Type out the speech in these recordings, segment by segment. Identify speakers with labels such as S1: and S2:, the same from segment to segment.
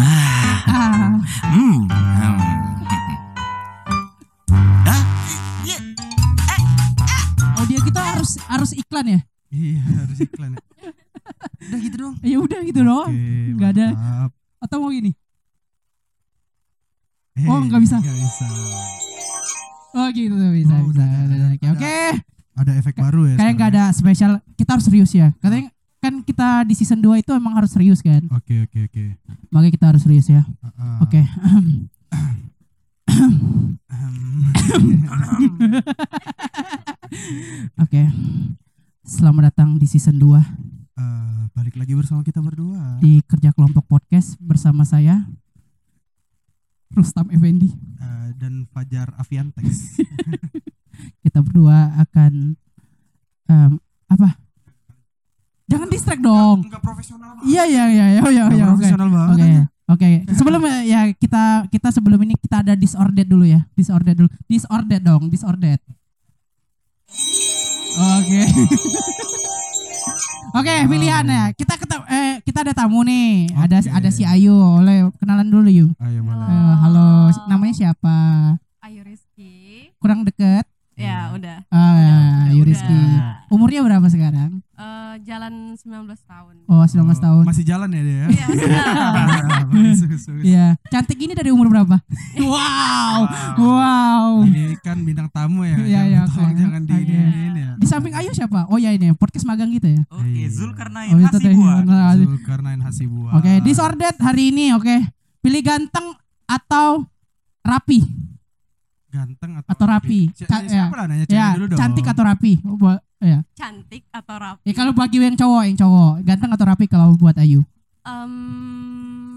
S1: Ah.
S2: Ah. Hmm. Oh,
S1: iklan ya. Udah gitu dong.
S2: ya udah gitu doang Nggak ada. atau mau gini Oh, nggak bisa.
S1: Gak bisa.
S2: oh gitu bisa bisa
S1: Oh, udah, udah,
S2: Oke, oke
S1: udah, udah. Ada efek baru ya.
S2: kayak nggak
S1: sekarang.
S2: ada spesial kita harus serius ya katanya kan kita di season 2 itu emang harus serius kan
S1: Oke oke oke.
S2: makanya kita harus serius ya
S1: Ah, ah.
S2: oke oke selamat datang di season 2
S1: Eh, balik lagi bersama kita berdua.
S2: di kerja kelompok podcast bersama saya Rustam Effendi
S1: Eh, dan Fajar Aviantex.
S2: kita berdua akan em, apa jangan distract dong
S1: Enggak profesional banget.
S2: iya iya iya iya iya
S1: Nggak
S2: iya, oke
S1: profesional banget.
S2: oke
S1: anjing.
S2: oke sebelum eh, ya kita kita sebelum ini kita ada disordered dulu ya disordered dulu disordered dong disordered oke oke
S1: Ah.
S2: pilihan ya kita ketemu eh, kita ada tamu nih ada
S1: Oke.
S2: ada si Ayu oleh kenalan dulu yuk
S1: Ayo boleh.
S2: Eh, halo namanya siapa
S3: Ayu Rizky.
S2: kurang deket Iya.
S3: Ya, udah.
S2: Ah,
S3: udah,
S2: Ayu
S3: udah.
S2: Rizky. Umurnya berapa sekarang?
S3: Eh, jalan 19 tahun.
S2: Oh, 19
S1: Oh,
S2: tahun.
S1: Masih jalan ya dia.
S3: Iya, sudah.
S1: Ah, bagus, bagus, bagus.
S2: Iya. Cantik gini dari umur berapa? wow. Wow.
S1: Ini kan bintang tamu ya.
S2: Iya, iya,
S1: jangan, tolong
S2: oke.
S1: jangan di
S2: Oke.
S1: ini ya.
S2: Di samping Ayu siapa? Oh ya ini podcast magang kita ya.
S4: Oke,
S1: Iya.
S4: Zulkarnain
S2: Oh, itu teh.
S4: Hasibuan.
S2: Nah, Oke,
S1: Zulkarnain Hasibuan.
S2: disordered hari ini oke. Pilih ganteng atau rapi?
S1: Ganteng atau,
S2: Atau rapi.
S1: Si-
S2: Ca-
S1: siapa lah nanya cewek
S2: ya,
S1: dulu dong.
S2: cantik atau rapi? Oh, buat ya.
S3: Cantik atau rapi?
S2: Ya kalau bagi yang cowok, yang cowok, ganteng atau rapi kalau buat Ayu?
S3: Em,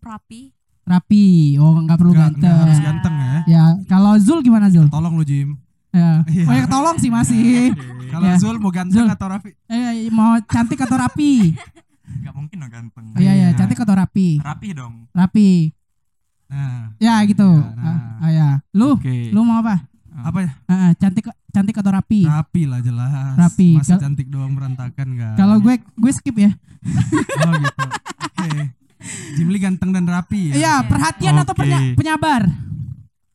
S3: rapi.
S2: Rapi. Oh, nggak perlu
S1: Nggak- nggak
S2: ganteng.
S1: harus ganteng ya.
S2: Ya, kalau Zul gimana Zul?
S1: Tolong lu Jim.
S2: Ya.
S1: Iya.
S2: Oh, ya tolong sih masih.
S1: Kalau
S2: Ya.
S1: Zul mau ganteng
S2: Zul.
S1: atau rapi?
S2: Eh, mau cantik atau rapi?
S4: Gak mungkin dong ganteng.
S2: Iya ya,
S1: Iya.
S2: cantik atau rapi?
S4: Rapi dong.
S2: Rapi.
S1: Nah.
S2: Ya gitu.
S1: Iya,
S2: Ah,
S1: nah.
S2: ah, ya. Lu,
S1: Oke.
S2: lu mau apa?
S1: Apa ya?
S2: Ah, ah, cantik cantik atau rapi?
S1: Rapi lah jelas.
S2: Rapi.
S1: Masa
S2: Kal-
S1: cantik doang berantakan enggak?
S2: Kalau gue gue skip ya.
S1: oh, gitu. Oke. Jim Lee ganteng dan rapi ya.
S2: Iya, perhatian atau
S4: Oke.
S2: penya- penyabar?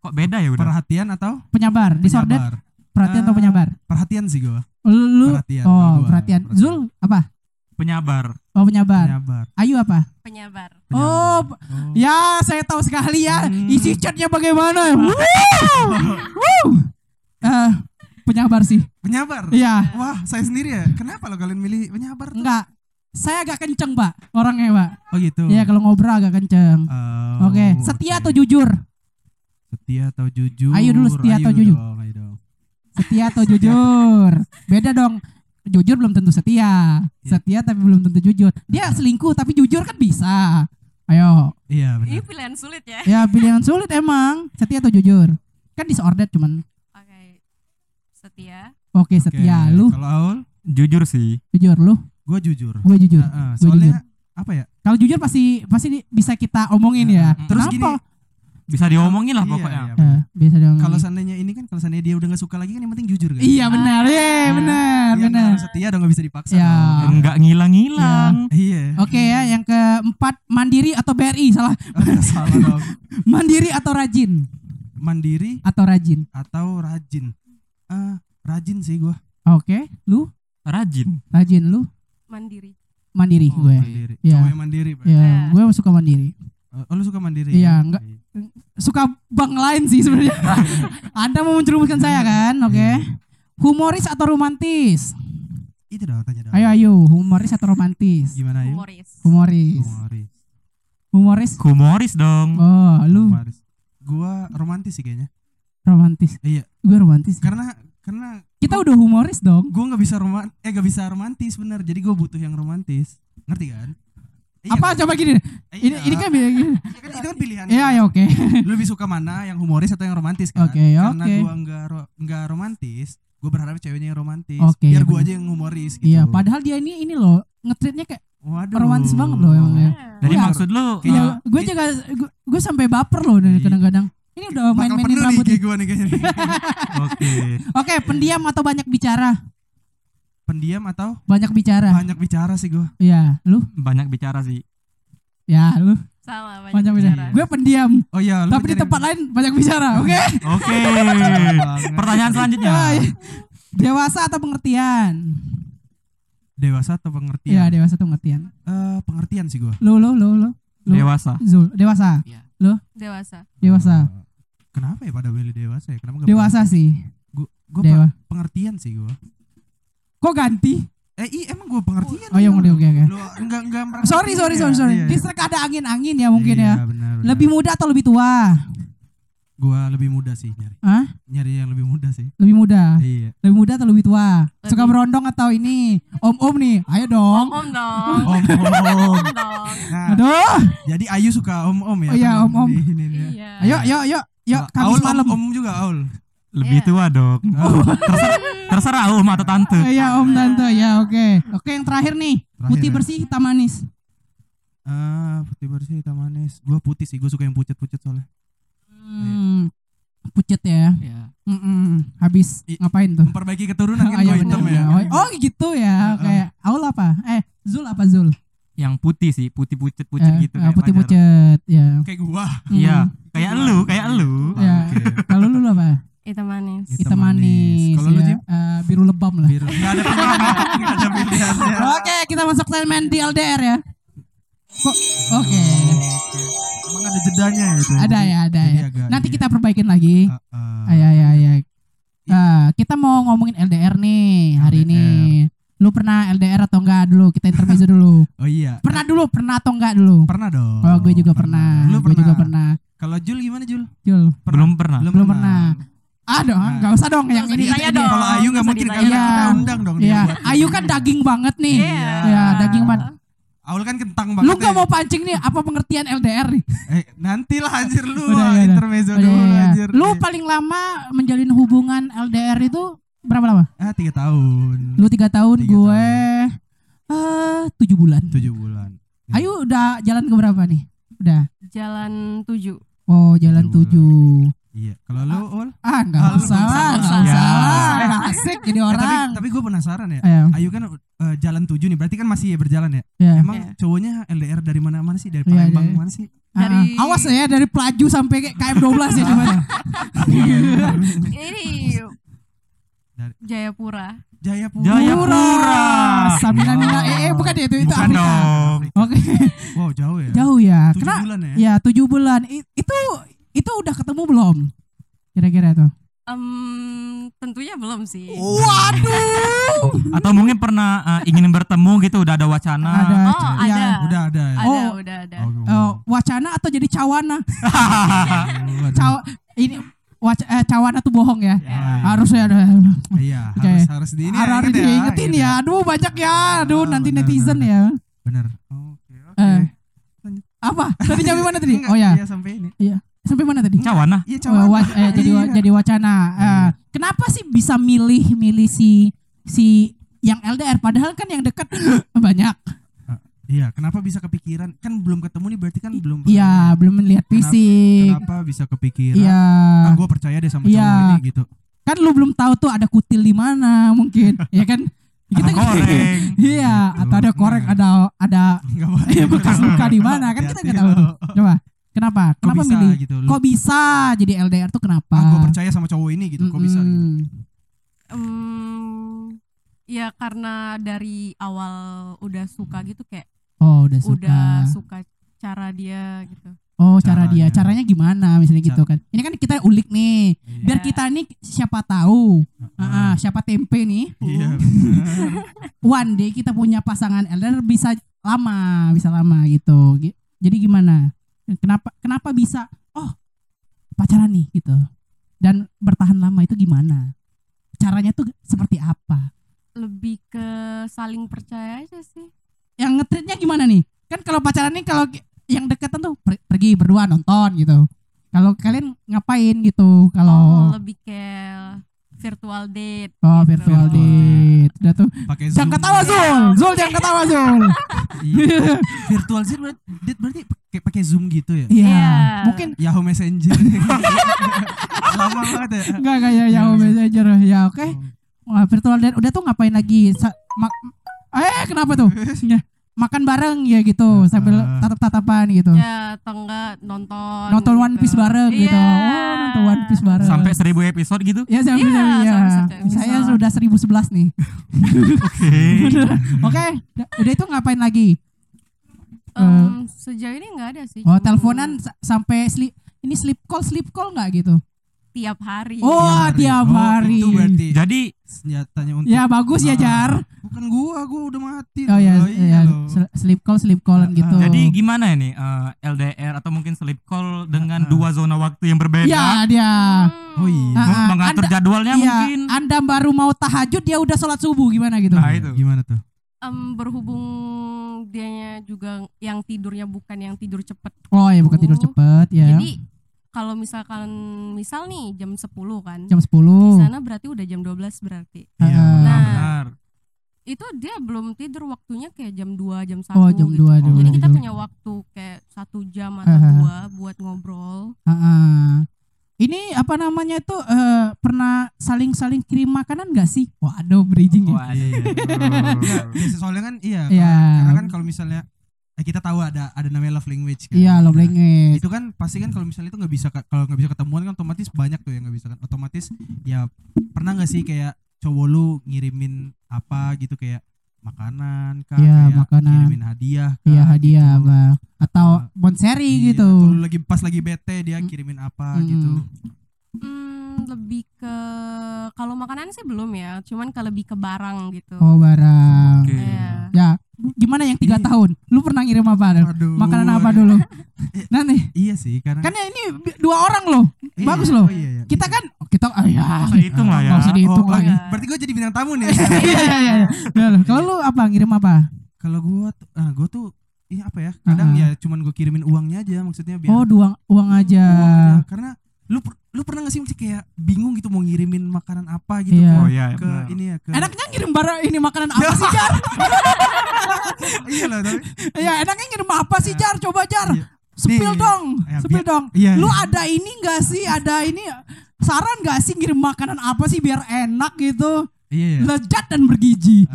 S4: Kok beda ya udah?
S1: Perhatian atau
S2: Penyabar, disordered,
S1: penyabar?
S2: perhatian atau
S1: Ah,
S2: penyabar?
S1: Perhatian sih gue.
S2: Lu, lu-
S1: perhatian,
S2: oh,
S1: berdua,
S2: perhatian.
S1: perhatian.
S2: Zul apa?
S4: Penyabar.
S2: Oh, penyabar.
S1: Penyabar.
S2: Ayu apa?
S3: Penyabar.
S2: Oh, p-
S1: Penyabar. Oh.
S2: ya saya tahu sekali ya.
S1: Hmm.
S2: Isi chatnya bagaimana? Woo! Woo! Eh, penyabar sih.
S1: Oh, Penyabar.
S2: Iya.
S1: Wah, saya sendiri ya. Kenapa lo kalian milih penyabar? tuh?
S2: Enggak. Saya agak kenceng, Pak. Orangnya, Pak.
S1: Oh gitu.
S2: Iya, kalau ngobrol agak kenceng.
S1: Oh,
S2: Oke, setia atau
S1: oke.
S2: jujur?
S1: setia atau jujur?
S2: Ayo dulu setia atau jujur.
S1: dong, ayo dong.
S2: Setia atau jujur? Beda dong. Jujur belum tentu setia.
S1: Iya.
S2: Setia tapi belum tentu jujur. Dia selingkuh tapi jujur kan bisa. Ayo.
S1: Iya benar.
S3: Ini pilihan sulit ya.
S2: Ya pilihan sulit emang. Setia atau jujur? Kan disordered cuman.
S3: Oke. Setia.
S2: Oke, setia.
S1: Oke,
S2: Ya, Lu
S1: Kalau Aul,
S4: Jujur sih.
S2: jujur lu.
S1: gue jujur.
S2: Gue jujur. Gua
S1: Ah, ah,
S2: jujur.
S1: soalnya apa ya?
S2: Kalau jujur pasti pasti di- bisa kita omongin ya.
S1: Terus
S2: Kenapa?
S1: gini,
S4: Bisa diomongin lah
S1: Iya,
S4: pokoknya.
S1: iya.
S2: Eh, bisa dong.
S1: Kalau seandainya ini kan kalau seandainya dia udah gak suka lagi kan yang penting jujur kan.
S2: Iya benar, ya benar,
S1: Dia kan
S2: benar.
S1: harus setia dong gak bisa dipaksa.
S2: Ya.
S1: dong. Enggak.
S4: Enggak ngilang-ngilang.
S1: Iya.
S2: Oke ya, yang keempat mandiri atau BRI salah.
S1: Aduh, salah dong.
S2: Mandiri atau rajin?
S1: Mandiri
S2: Atau rajin.
S1: atau rajin? Ah, rajin sih gue.
S2: Oke, lu
S4: Rajin.
S2: rajin lu
S3: Mandiri.
S2: mandiri
S4: Oh,
S2: gue.
S1: Mandiri.
S2: Iya.
S1: Cowok yang mandiri. Pak.
S2: Ya, gue suka mandiri.
S1: Oh, lu suka mandiri?
S2: Iya, enggak. Suka bank lain sih sebenarnya. Anda mau mencerumuskan saya kan? Oke.
S1: Hmm.
S2: Humoris atau romantis?
S1: Itu dong tanya dong.
S2: Ayo ayo, humoris atau romantis?
S1: Gimana ayo?
S3: Humoris.
S2: Humoris.
S1: Humoris.
S2: Humoris.
S4: Humoris dong.
S2: Oh, lu
S1: Humoris. Gua romantis sih kayaknya.
S2: romantis.
S1: Iya.
S2: Gue romantis.
S1: Karena karena
S2: Kita udah humoris dong.
S1: gua nggak bisa roman eh gak bisa romantis bener. Jadi gua butuh yang romantis. Ngerti kan? Iya
S2: Apa coba gini?
S1: Eh,
S2: Ini
S1: iya.
S2: ini kan gini.
S1: Iya kan, itu kan pilihan.
S2: Iya, ya oke.
S1: Lu lebih suka mana yang humoris atau yang romantis kan?
S2: Oke, ya,
S1: Karena
S2: oke.
S1: gua enggak enggak romantis, gua berharap ceweknya yang romantis.
S2: Oke, iya
S1: Biar
S2: bener.
S1: gua aja yang humoris gitu.
S2: Iya, padahal dia ini ini loh ngetritnya kayak
S1: Waduh.
S2: romantis banget loh emang ya.
S4: Jadi
S2: Iya.
S4: maksud lu
S2: Iya,
S1: Kayaknya-
S2: gue juga gue, gue sampai baper loh dari
S1: Iya.
S2: kadang-kadang. Ini udah
S1: Bakal
S2: main-mainin
S1: penuh nih
S2: rambut. ya.
S1: kayak gitu. Iya. gua nih kayaknya. nih.
S4: oke.
S2: Oke, pendiam atau banyak bicara?
S1: Pendiam atau
S2: Banyak bicara.
S1: banyak bicara sih gua.
S2: Iya, lu?
S4: Banyak bicara sih.
S2: Ya, lu
S3: Sama banyak,
S2: banyak bicara.
S3: bicara.
S2: Gue pendiam,
S1: Oh iya, lu
S2: tapi di
S1: pencarian-
S2: tempat lain banyak bicara, oke?
S4: Oke.
S2: Iya,
S1: Banget.
S4: Pertanyaan selanjutnya.
S2: Dewasa atau pengertian?
S1: dewasa atau pengertian?
S2: Iya, dewasa tuh pengertian.
S1: Eh, pengertian sih gua.
S2: Lu lu lu lu. Lu-
S1: Ah.
S4: dewasa
S2: Zul, dewasa.
S1: Iya.
S3: dewasa
S2: Dewasa.
S1: Eh, kenapa ya pada milih dewasa ya? Kenapa nggak
S2: Dewasa sih.
S1: Gue
S2: Dewa.
S1: pengertian sih gua.
S2: Kok ganti?
S1: Eh, iya, emang gua pengertian.
S2: Oh, iya, oke oke oke.
S1: Lu enggak enggak merasa-
S2: Sorry, sorry, sorry, sorry.
S1: Iya, iya.
S2: Distrek ada angin-angin ya mungkin
S1: Iya,
S2: ya.
S1: benar, benar.
S2: Lebih muda atau lebih tua?
S1: gua lebih muda sih nyari.
S2: Hah?
S1: Nyari yang lebih muda sih.
S2: Lebih muda.
S1: Iya.
S2: Lebih muda atau lebih tua? Suka
S3: Lebih.
S2: berondong atau ini? Om-om nih. Ayo dong.
S3: om om dong
S1: Om om.
S3: om dong
S1: Nah,
S2: Aduh.
S1: jadi Ayu suka om om ya.
S2: Oh iya,
S1: kalau
S2: om-om.
S1: di- ini dia.
S3: iya
S2: Ayo, yuk, yuk, yuk.
S1: Nah,
S2: Kamis
S1: Aul om-
S2: malam.
S1: Om, juga Aul.
S4: lebih
S3: Iya.
S4: tua dong
S2: Oh.
S4: Oh, terserah terserah om atau tante
S2: Eh, ya om tante ya oke oke yang terakhir nih
S1: Terakhir
S2: putih
S1: ya.
S2: bersih hitam manis
S1: Ah, putih bersih hitam manis. Gua putih sih, gua suka yang pucet-pucet soalnya.
S2: hmm, pucet ya
S4: Iya.
S2: Mm-mm. habis
S1: I-
S2: ngapain tuh
S1: Memperbaiki keturunan kan gua
S2: Ayam
S1: hitam
S2: bener.
S1: ya.
S2: oh gitu ya
S1: Heeh.
S2: kayak Aul apa eh Zul apa Zul
S4: yang putih sih putih pucet pucet
S2: Eh,
S4: gitu
S2: eh,
S4: kayak
S2: putih
S4: pacaran.
S2: pucet ya
S1: Kayak Eh, gua.
S2: Mm.
S4: iya kayak lu kayak lu
S2: ya kalau lu lu apa
S3: itu manis
S1: Hitam
S2: hitam manis
S1: manis. Kalau lu,
S2: ya.
S1: Jim?
S2: Eh, biru lebam lah
S1: Biru. Enggak ada pilihan, nggak ada pilihannya.
S2: oke kita masuk segmen DLDR ya Kok- oke
S1: Oke. Emang ada jedanya ya itu.
S2: ada ya ada
S1: Jadi
S2: ya
S1: agak
S2: nanti
S1: ini
S2: kita perbaikin lagi
S1: Ah, ah.
S2: Ay, ay, ay, ay. Ah, kita mau ngomongin LDR nih hari ini. Lu pernah LDR atau enggak dulu? Kita intermezzo dulu.
S1: Oh iya.
S2: Pernah dulu, pernah atau enggak dulu?
S1: Pernah dong.
S2: Oh, gue juga pernah.
S1: Lu
S2: Gue juga pernah.
S1: Kalau Jul gimana Jul?
S2: Jul.
S4: belum pernah
S2: Ah, Belum Aduh, enggak usah dong yang
S3: usah
S2: ini.
S3: ditanya
S2: ini.
S3: dong.
S1: Nah. Kalau Ayu nggak
S3: Bisa
S1: mungkin kan
S3: ditanya.
S1: kita undang dong dia
S2: Iya,
S1: buat.
S2: Ayu kan daging banget nih.
S3: Iya.
S2: Ya, daging banget.
S1: Aul kan kentang banget.
S2: Lu enggak
S1: ya.
S2: mau pancing nih apa pengertian LDR nih?
S1: Eh, nantilah anjir lu
S2: Udah,
S1: ah,
S2: iya, udah.
S1: intermezzo
S2: Oh, iya,
S1: dulu
S2: iya.
S1: anjir.
S2: Lu paling lama menjalin hubungan LDR itu berapa lama?
S1: ah 3 tahun.
S2: Lu tiga tahun,
S1: Tiga
S2: gue eh tujuh bulan.
S1: 7 bulan.
S2: Ayu udah jalan ke berapa nih? Udah.
S3: jalan tujuh
S2: Oh, jalan
S1: Tujuh
S2: tujuh.
S1: Iya. Kalau lu Ul?
S2: Ah, enggak
S1: Ah, lu
S2: usah,
S1: nggak usah,
S2: enggak usah.
S3: nggak
S4: usah.
S2: Nggak asik jadi
S1: Eh, tapi
S2: orang.
S1: tapi gue penasaran ya.
S2: Ayo,
S1: Ayu kan eh, jalan 7 nih, berarti kan masih ya berjalan ya.
S2: ya.
S1: Emang
S3: Iya.
S1: cowoknya LDR dari mana-mana sih? Dari
S2: Iya,
S1: Palembang
S2: iya.
S1: mana sih?
S3: dari-
S2: Ah, awas ya dari pelaju sampai ke KM12 ya coba.
S3: ini
S1: Dari-
S3: Jayapura
S1: Jayapura.
S4: Jayapura
S2: Samina Mina eh, eh bukan ya itu itu
S4: bukan
S2: Afrika.
S4: dong
S2: Oke,
S1: Wow, jauh ya.
S2: jauh ya.
S1: 7
S2: Kena
S1: bulan ya.
S2: ya tujuh bulan. I- itu itu udah ketemu belum? Kira-kira tuh.
S3: Em, tentunya belum sih
S2: Oh. Waduh.
S4: atau mungkin pernah eh, ingin bertemu gitu udah ada wacana
S2: Ada.
S3: oh
S2: Ya,
S3: ada
S1: Udah Ah, ada ya.
S3: ada
S2: Oh.
S3: udah ada
S2: Eh, wacana atau jadi cawana?
S1: Waduh.
S2: Caw ini wac- eh, cawana tuh bohong ya.
S1: Ya,
S2: Harusnya ada.
S1: Iya,
S2: Oke.
S1: harus harus di ini. ya, gitu
S2: Harus
S1: ingat
S2: diingetin
S1: ingat
S2: ya. Aduh banyak ya. Aduh
S1: Ah,
S2: nanti
S1: benar,
S2: netizen
S1: benar.
S2: ya.
S1: Benar. Oke, oke.
S2: Eh. Apa? Tadi sampai mana tadi?
S1: Enggak,
S2: Oh ya.
S1: iya, sampai ini.
S2: Sampai mana tadi?
S4: cawana
S1: Iya,
S2: Wah, wa- eh, jadi wa-
S1: Iya.
S2: jadi wacana. Eh, kenapa sih bisa milih-milih si si yang LDR padahal kan yang dekat banyak.
S1: Iya, kenapa bisa kepikiran? Kan belum ketemu nih, berarti kan belum.
S2: Iya, belum melihat fisik.
S1: Kenapa bisa kepikiran?
S2: Iya.
S1: Ah, gue percaya deh sama
S2: Iya.
S1: cowok ini gitu.
S2: Kan lu belum tahu tuh ada kutil di mana mungkin. ya kan?
S4: Ada koreng
S2: Iya,
S1: Gitu.
S2: atau ada korek, ada ada
S1: Enggak boleh.
S2: bekas luka di mana kan kita nggak tahu
S1: Iya, Hati-hati
S2: tuh. Coba, kenapa?
S1: Kok
S2: Kenapa
S1: bisa
S2: milih?
S1: gitu? Lu,
S2: Kok bisa jadi LDR tuh kenapa?
S1: ah, gue percaya sama cowok ini gitu. Kok bisa gitu?
S2: Mm-mm.
S3: Em, ya karena dari awal udah suka gitu kayak
S2: Oh, udah suka.
S3: udah suka cara dia gitu
S2: oh, cara dia,
S1: Caranya.
S2: caranya gimana misalnya gitu kan. Ini kan kita ulik nih.
S1: Iya.
S2: Biar
S3: Iya.
S2: kita nih siapa tahu. Ah, siapa tempe nih.
S1: Iya. benar.
S2: One day kita punya pasangan LDR bisa lama, bisa lama gitu. Gi- Jadi gimana? Kenapa kenapa bisa oh, pacaran nih gitu. Dan bertahan lama itu gimana? Caranya tuh seperti apa?
S3: lebih ke saling percaya aja sih
S2: yang ngetritnya gimana nih? Kan kalau pacaran nih kalau ki- yang deketan tuh per- pergi berdua nonton gitu. Kalau kalian ngapain gitu?
S3: oh,
S2: Kalau
S3: lebih kayak virtual date
S2: oh,
S3: gitu.
S2: virtual date. Udah tuh.
S1: Pakai
S2: Jangan ketawa Zul. Zul jangan ketawa Zul.
S1: Iya. Virtual sih berarti, date berarti pakai pakai Zoom gitu ya.
S2: Iya.
S3: Iya.
S2: Mungkin
S1: Yahoo Messenger. Lama banget ya.
S2: enggak kayak
S3: Iya,
S2: ya Yahoo Messenger ya oke. Wah, virtual date udah tuh ngapain lagi? Sa- ma- eh kenapa tuh? Ya, makan bareng ya gitu sambil
S1: Ah.
S2: tatap-tatapan gitu.
S3: ya atau enggak nonton
S2: nonton One Piece bareng gitu.
S3: Iya.
S2: Oh, nonton One Piece bareng.
S4: sampai 1000 episode gitu.
S2: ya saya
S3: Iya,
S2: bilang, iya.
S3: sampai satu episode.
S2: Saya sudah 1011 nih.
S4: Oke.
S2: Oke, udah- udah itu ngapain lagi?
S3: Em, sejauh ini enggak ada sih
S2: Oh,
S3: cuma
S2: teleponan sa- sampai sleep ini sleep call, sleep call nggak gitu?
S3: tiap hari
S2: Oh, tiap hari.
S1: iya, itu berarti
S4: Jadi
S1: senjatanya untuk
S2: Ya bagus ya
S1: Ah.
S2: Jar.
S1: bukan gua gua udah mati
S2: Oh ya,
S1: loh. iya
S2: ya,
S1: loh.
S2: sel- sleep call, sleep callan
S1: Ah,
S2: gitu.
S4: jadi gimana ini eh, LDR atau mungkin sleep call dengan dua zona waktu yang berbeda?
S2: ya dia.
S3: Hmm.
S1: oh iya
S2: Ah, ah,
S4: Meng- mengatur
S2: Anda-
S4: jadwalnya
S2: Iya,
S4: Ya, mungkin.
S2: Anda baru mau tahajud dia udah sholat subuh gimana gitu?
S4: Nah, itu.
S1: gimana tuh
S3: Em, berhubung dianya juga yang tidurnya bukan yang tidur cepet
S2: Oh ya bukan tidur
S3: Subuh.
S2: cepet ya.
S3: jadi kalau misalkan misal nih jam 10 kan
S2: jam 10
S3: di sana berarti udah jam 12 berarti
S4: Iya,
S2: Ah.
S4: benar,
S3: Nah,
S4: benar.
S3: itu dia belum tidur waktunya kayak jam 2 jam 1
S2: Oh jam
S3: gitu.
S2: 2 jam
S3: Jadi
S2: dua
S3: kita
S2: tidur.
S3: punya waktu kayak satu jam atau
S2: Ah.
S3: dua buat ngobrol.
S2: Ah, ah. Ini apa namanya itu eh, pernah saling-saling kirim makanan gak sih? Waduh bridging ya.
S1: Iya,
S4: Waduh.
S1: biasa soalnya kan iya
S2: Iya.
S1: kalau- karena kan kalau misalnya eh, kita tahu ada ada namanya love language kan
S2: Iya lo
S1: Nah,
S2: blengek.
S1: itu kan pasti kan kalau misalnya itu nggak bisa kalau nggak bisa ketemuan kan otomatis banyak tuh yang nggak bisa kan otomatis ya pernah nggak sih kayak cowok lu ngirimin apa gitu kayak makanan kah
S2: Iya,
S1: kayak
S2: makanan.
S1: ngirimin hadiah kah,
S2: Iya hadiah
S1: gitu.
S2: Bang. atau
S1: Ah.
S2: bonseri
S1: Iya,
S2: gitu.
S1: atau lu lagi pas lagi bete dia
S2: Mm.
S1: kirimin apa
S2: Mm.
S1: gitu
S3: Hmm, lebih ke kalau makanan sih belum ya, cuman kalau lebih ke barang gitu.
S2: Oh barang.
S4: Oke.
S3: Iya.
S2: Ya gimana yang tiga
S1: Ini-
S2: tahun? Lu pernah ngirim apa? Del?
S1: Aduh,
S2: Makanan apa
S1: aduh.
S2: dulu? Nanti
S1: iya sih karena
S2: kan ya ini bi- dua orang loh.
S1: Iya,
S2: Bagus loh.
S1: oh iya, iya.
S2: Kita kan oh, kita ah, ya.
S4: Nggak usah dihitung lah ya.
S2: Nggak usah dihitung
S1: Oh,
S2: lagi.
S3: iya.
S1: berarti gue jadi bintang tamu nih
S2: Iya iya iya. Ya, loh. Kalau lu apa ngirim apa?
S1: kalau gue ah gue tuh iya apa ya kadang
S2: Ah, ah.
S1: ya cuman gue kirimin uangnya aja maksudnya biar
S2: Oh iya. dua uang aja.
S1: Iya. Uang aja. karena lu per- lu pernah gak sih mesti kayak bingung gitu mau ngirimin makanan apa gitu
S2: Iya.
S1: ke-
S4: Oh, iya,
S1: ke
S4: benar.
S1: ini ya ke
S2: Enaknya ngirim barang ini makanan apa sih Jar?
S1: iya loh tapi
S2: Ya enaknya ngirim apa sih Jar? Coba Jar.
S1: Iya.
S2: Spill
S1: Nih.
S2: dong,
S1: Ya,
S2: spill
S1: biar-
S2: dong.
S1: iya.
S2: Lu ada ini gak sih? Ada ini saran gak sih ngirim makanan apa sih biar enak gitu?
S1: iya ya
S2: Lezat dan bergizi.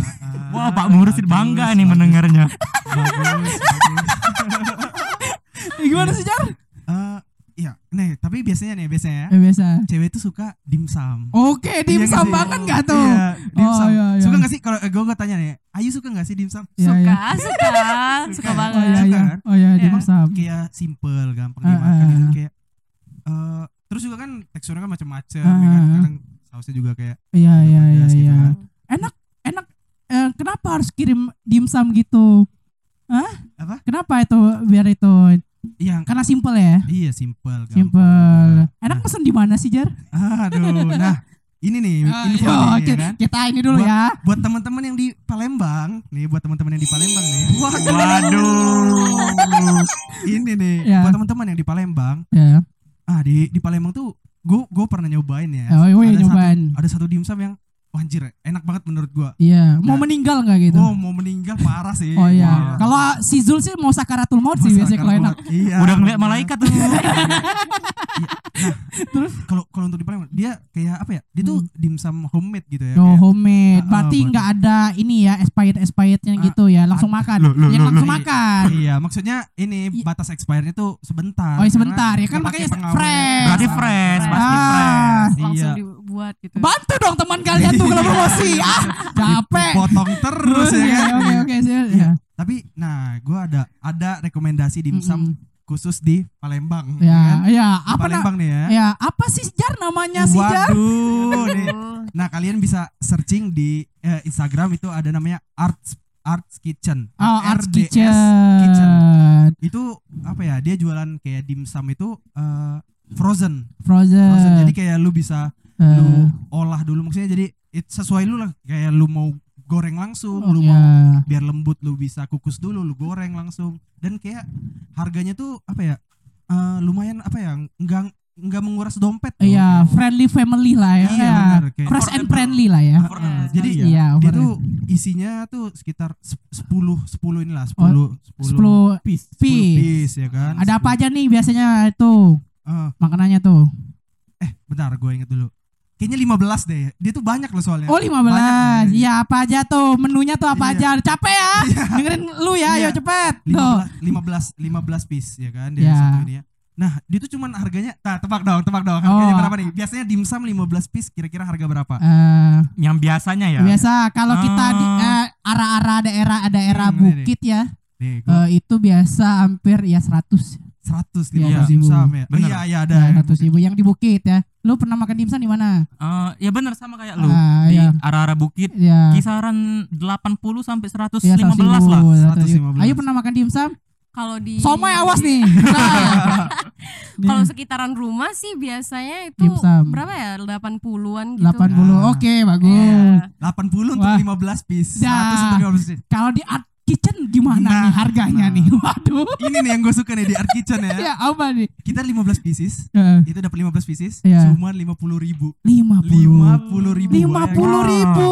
S4: Wah, Pak Mursid bangga nih mendengarnya.
S1: bagus bagus Ah, iya.
S2: Gimana sih Jar?
S1: Eh, iya nih tapi biasanya nih biasanya
S2: Iya.
S1: ya,
S2: biasa.
S1: cewek tuh suka dimsum
S2: Oke, dimsum Oh, banget gak tuh?
S1: Iya, dimsum.
S2: Oh, iya, iya.
S1: Suka gak sih kalau gue gue tanya nih, Ayu suka gak sih dimsum?
S2: Iya,
S3: suka,
S2: iya.
S3: suka, suka
S1: ya?
S3: banget.
S2: Oh iya,
S1: Suka
S2: iya.
S1: kan?
S2: Oh iya,
S3: Iya.
S2: dimsum.
S1: Kayak simple, gampang
S2: Ah,
S1: dimakan
S2: ah,
S1: gitu
S2: ah.
S1: kayak eh, terus juga kan teksturnya kan macam-macam,
S2: Ah,
S1: ya kan?
S2: ah.
S1: Kadang sausnya juga kayak
S2: Iya, iya, iya,
S1: pedas gitu
S2: iya.
S1: kan.
S2: Enak eh, kenapa harus kirim dimsum gitu? Hah?
S1: Apa?
S2: Kenapa itu biar itu?
S1: Iya,
S2: Karena simple ya.
S1: Iya simple, gampang.
S2: Simple. Enak pesen di mana sih, Jar?
S1: Aduh, nah ini nih
S2: Ah,
S1: info
S2: yo,
S1: nih,
S2: ki-
S1: ya kan.
S2: Kita ini dulu
S1: Buat-
S2: ya.
S1: Buat teman-teman yang di Palembang, nih buat teman-teman yang di Palembang nih. Wah,
S4: Waduh.
S1: ini nih
S2: Ya.
S1: buat teman-teman yang di Palembang.
S2: Ya.
S1: Ah, di di Palembang tuh gue gue pernah nyobain ya.
S2: Oh, iya,
S1: ada
S2: nyobain.
S1: Satu, ada satu dimsum yang wah, anjir, enak banget menurut gua.
S2: Iya, mau
S1: Nah.
S2: meninggal nggak gitu?
S1: Oh, mau meninggal parah sih.
S2: Oh
S1: Wah.
S2: iya. Kalau si Zul sih mau sakaratul maut sih
S1: Masalah
S2: biasanya kalau enak.
S1: karbohidrat. Iya.
S4: Udah ngeliat malaikat tuh.
S1: Terus kalau kalau untuk di Palembang dia kayak apa ya? Dia tuh dimsum homemade gitu ya.
S2: Hmm. Oh
S1: kayak-
S2: homemade,
S1: Ah, ah,
S2: berarti
S1: buat-
S2: nggak ada ini ya expired expirednya
S1: Ah,
S2: gitu ya, langsung makan,
S4: Loh, loh,
S2: yang
S4: loh,
S2: langsung
S1: loh.
S2: makan.
S1: Iya, maksudnya ini
S2: I-
S1: batas expire-nya tuh sebentar.
S2: Iya. Oh iya,
S1: karena
S2: sebentar, ya kan
S1: nggak pakai
S2: makanya
S1: pengawet.
S2: fresh.
S4: Berarti fresh, pasti
S2: Ah.
S4: fresh.
S3: Langsung
S1: Iya.
S3: dibuat gitu.
S2: Hmm. Bantu dong teman kalian tuh kalau promosi, ah capek.
S1: Potong terus ya
S2: Iya,
S1: kan.
S2: Oke oke sih.
S1: Iya. Tapi nah, gua ada ada rekomendasi dimsum khusus di
S2: Hmm,
S1: Palembang.
S2: Ya
S1: kan?
S2: ya
S1: Di
S2: apa na-
S1: Palembang nih ya.
S2: ya apa sih jar namanya sih jar?
S1: Waduh, nih.
S3: Aduh.
S1: Nah, kalian bisa searching di eh, Instagram itu ada namanya Arts Arts Kitchen.
S2: Oh Arts
S1: RDS
S2: Kitchen.
S1: Itu apa ya? Dia jualan kayak dimsum itu eh, frozen.
S2: Frozen.
S1: Frozen. Jadi kayak lu bisa
S2: Eh,
S1: lu olah dulu maksudnya jadi it, sesuai lu lah kayak lu mau goreng langsung lu
S2: ya.
S1: mau biar lembut lu bisa kukus dulu lu goreng langsung dan kayak harganya tuh apa ya eh, lumayan apa ya enggak enggak menguras dompet tuh.
S2: Iya,
S1: Kayak-
S2: friendly family lah ya.
S1: Iya,
S2: Ya.
S1: benar, kayak-
S2: Fresh and friendly lah
S1: Ah,
S2: ya.
S4: Affordable.
S1: jadi
S2: Iya,
S1: dia
S2: affordable.
S1: tuh isinya tuh sekitar sep- 10 10 inilah 10
S2: 10
S1: 10 piece 10
S2: Oh, piece.
S1: piece ya kan
S2: Ada apa aja nih biasanya itu
S1: Eh,
S2: makanannya tuh?
S1: eh bentar gue inget dulu Kayaknya 15 deh. Dia tuh banyak loh soalnya.
S2: Oh
S1: Ya, Banyak
S2: 15
S1: deh.
S2: Iya apa aja tuh Menunya tuh apa
S1: Iya.
S2: aja Capek ya Dengerin lu ya Ayo
S1: Iya.
S2: cepet Tuh
S1: 15 15 15 piece ya kan dia
S2: Ya.
S1: satu ini ya. Nah, dia tuh cuman harganya nah, tebak dong, tebak dong. Harganya
S2: Oh.
S1: berapa nih? Biasanya dimsum 15 piece kira-kira harga berapa?
S2: Eh,
S4: yang biasanya ya
S2: Biasa kalau kita di
S4: Ah. Iya,
S2: eh, Arah-arah daerah-daerah
S1: Hmm, ini nih.
S2: bukit ya
S1: Nih, gua
S2: eh, Itu biasa hampir ya 100
S1: 100
S2: iya,
S1: lima
S2: iya.
S1: dimsum ya. Oh,
S4: Bener.
S1: Iya, iya ada.
S2: ya, 100 ribu Yang di bukit ya Lu pernah makan dimsum di mana?
S4: Eh, ya benar sama kayak lu
S2: Ah,
S4: di
S2: iya.
S4: arah-arah bukit
S2: Ya,
S4: kisaran 80 sampai 115
S2: ya 100 ribu,
S4: lah
S1: 115.
S2: Ayo pernah makan dimsum?
S3: Kalau di
S2: Somai awas nih. Nah,
S3: Kalau sekitaran rumah sih biasanya itu
S2: Dimsum.
S3: berapa ya? 80-an gitu.
S2: 80.
S4: Nah.
S1: Ah.
S2: Oke, bagus.
S3: Iya.
S1: 80 untuk
S2: Wah.
S1: 15 piece, 100
S2: Dah.
S1: untuk 15 piece.
S2: Kalau di art kitchen gimana
S1: Nah,
S2: nih harganya
S1: nah.
S2: nih? Waduh.
S1: Ini nih yang gue suka nih di Art Kitchen
S4: Iya.
S1: ya.
S2: Ya apa nih?
S1: Kita 15 pieces,
S2: Eh,
S1: itu dapat 15 pieces,
S2: Iya.
S1: cuman 50 ribu.
S2: 50.
S1: 50 ribu.
S4: ya.
S2: 50 ribu.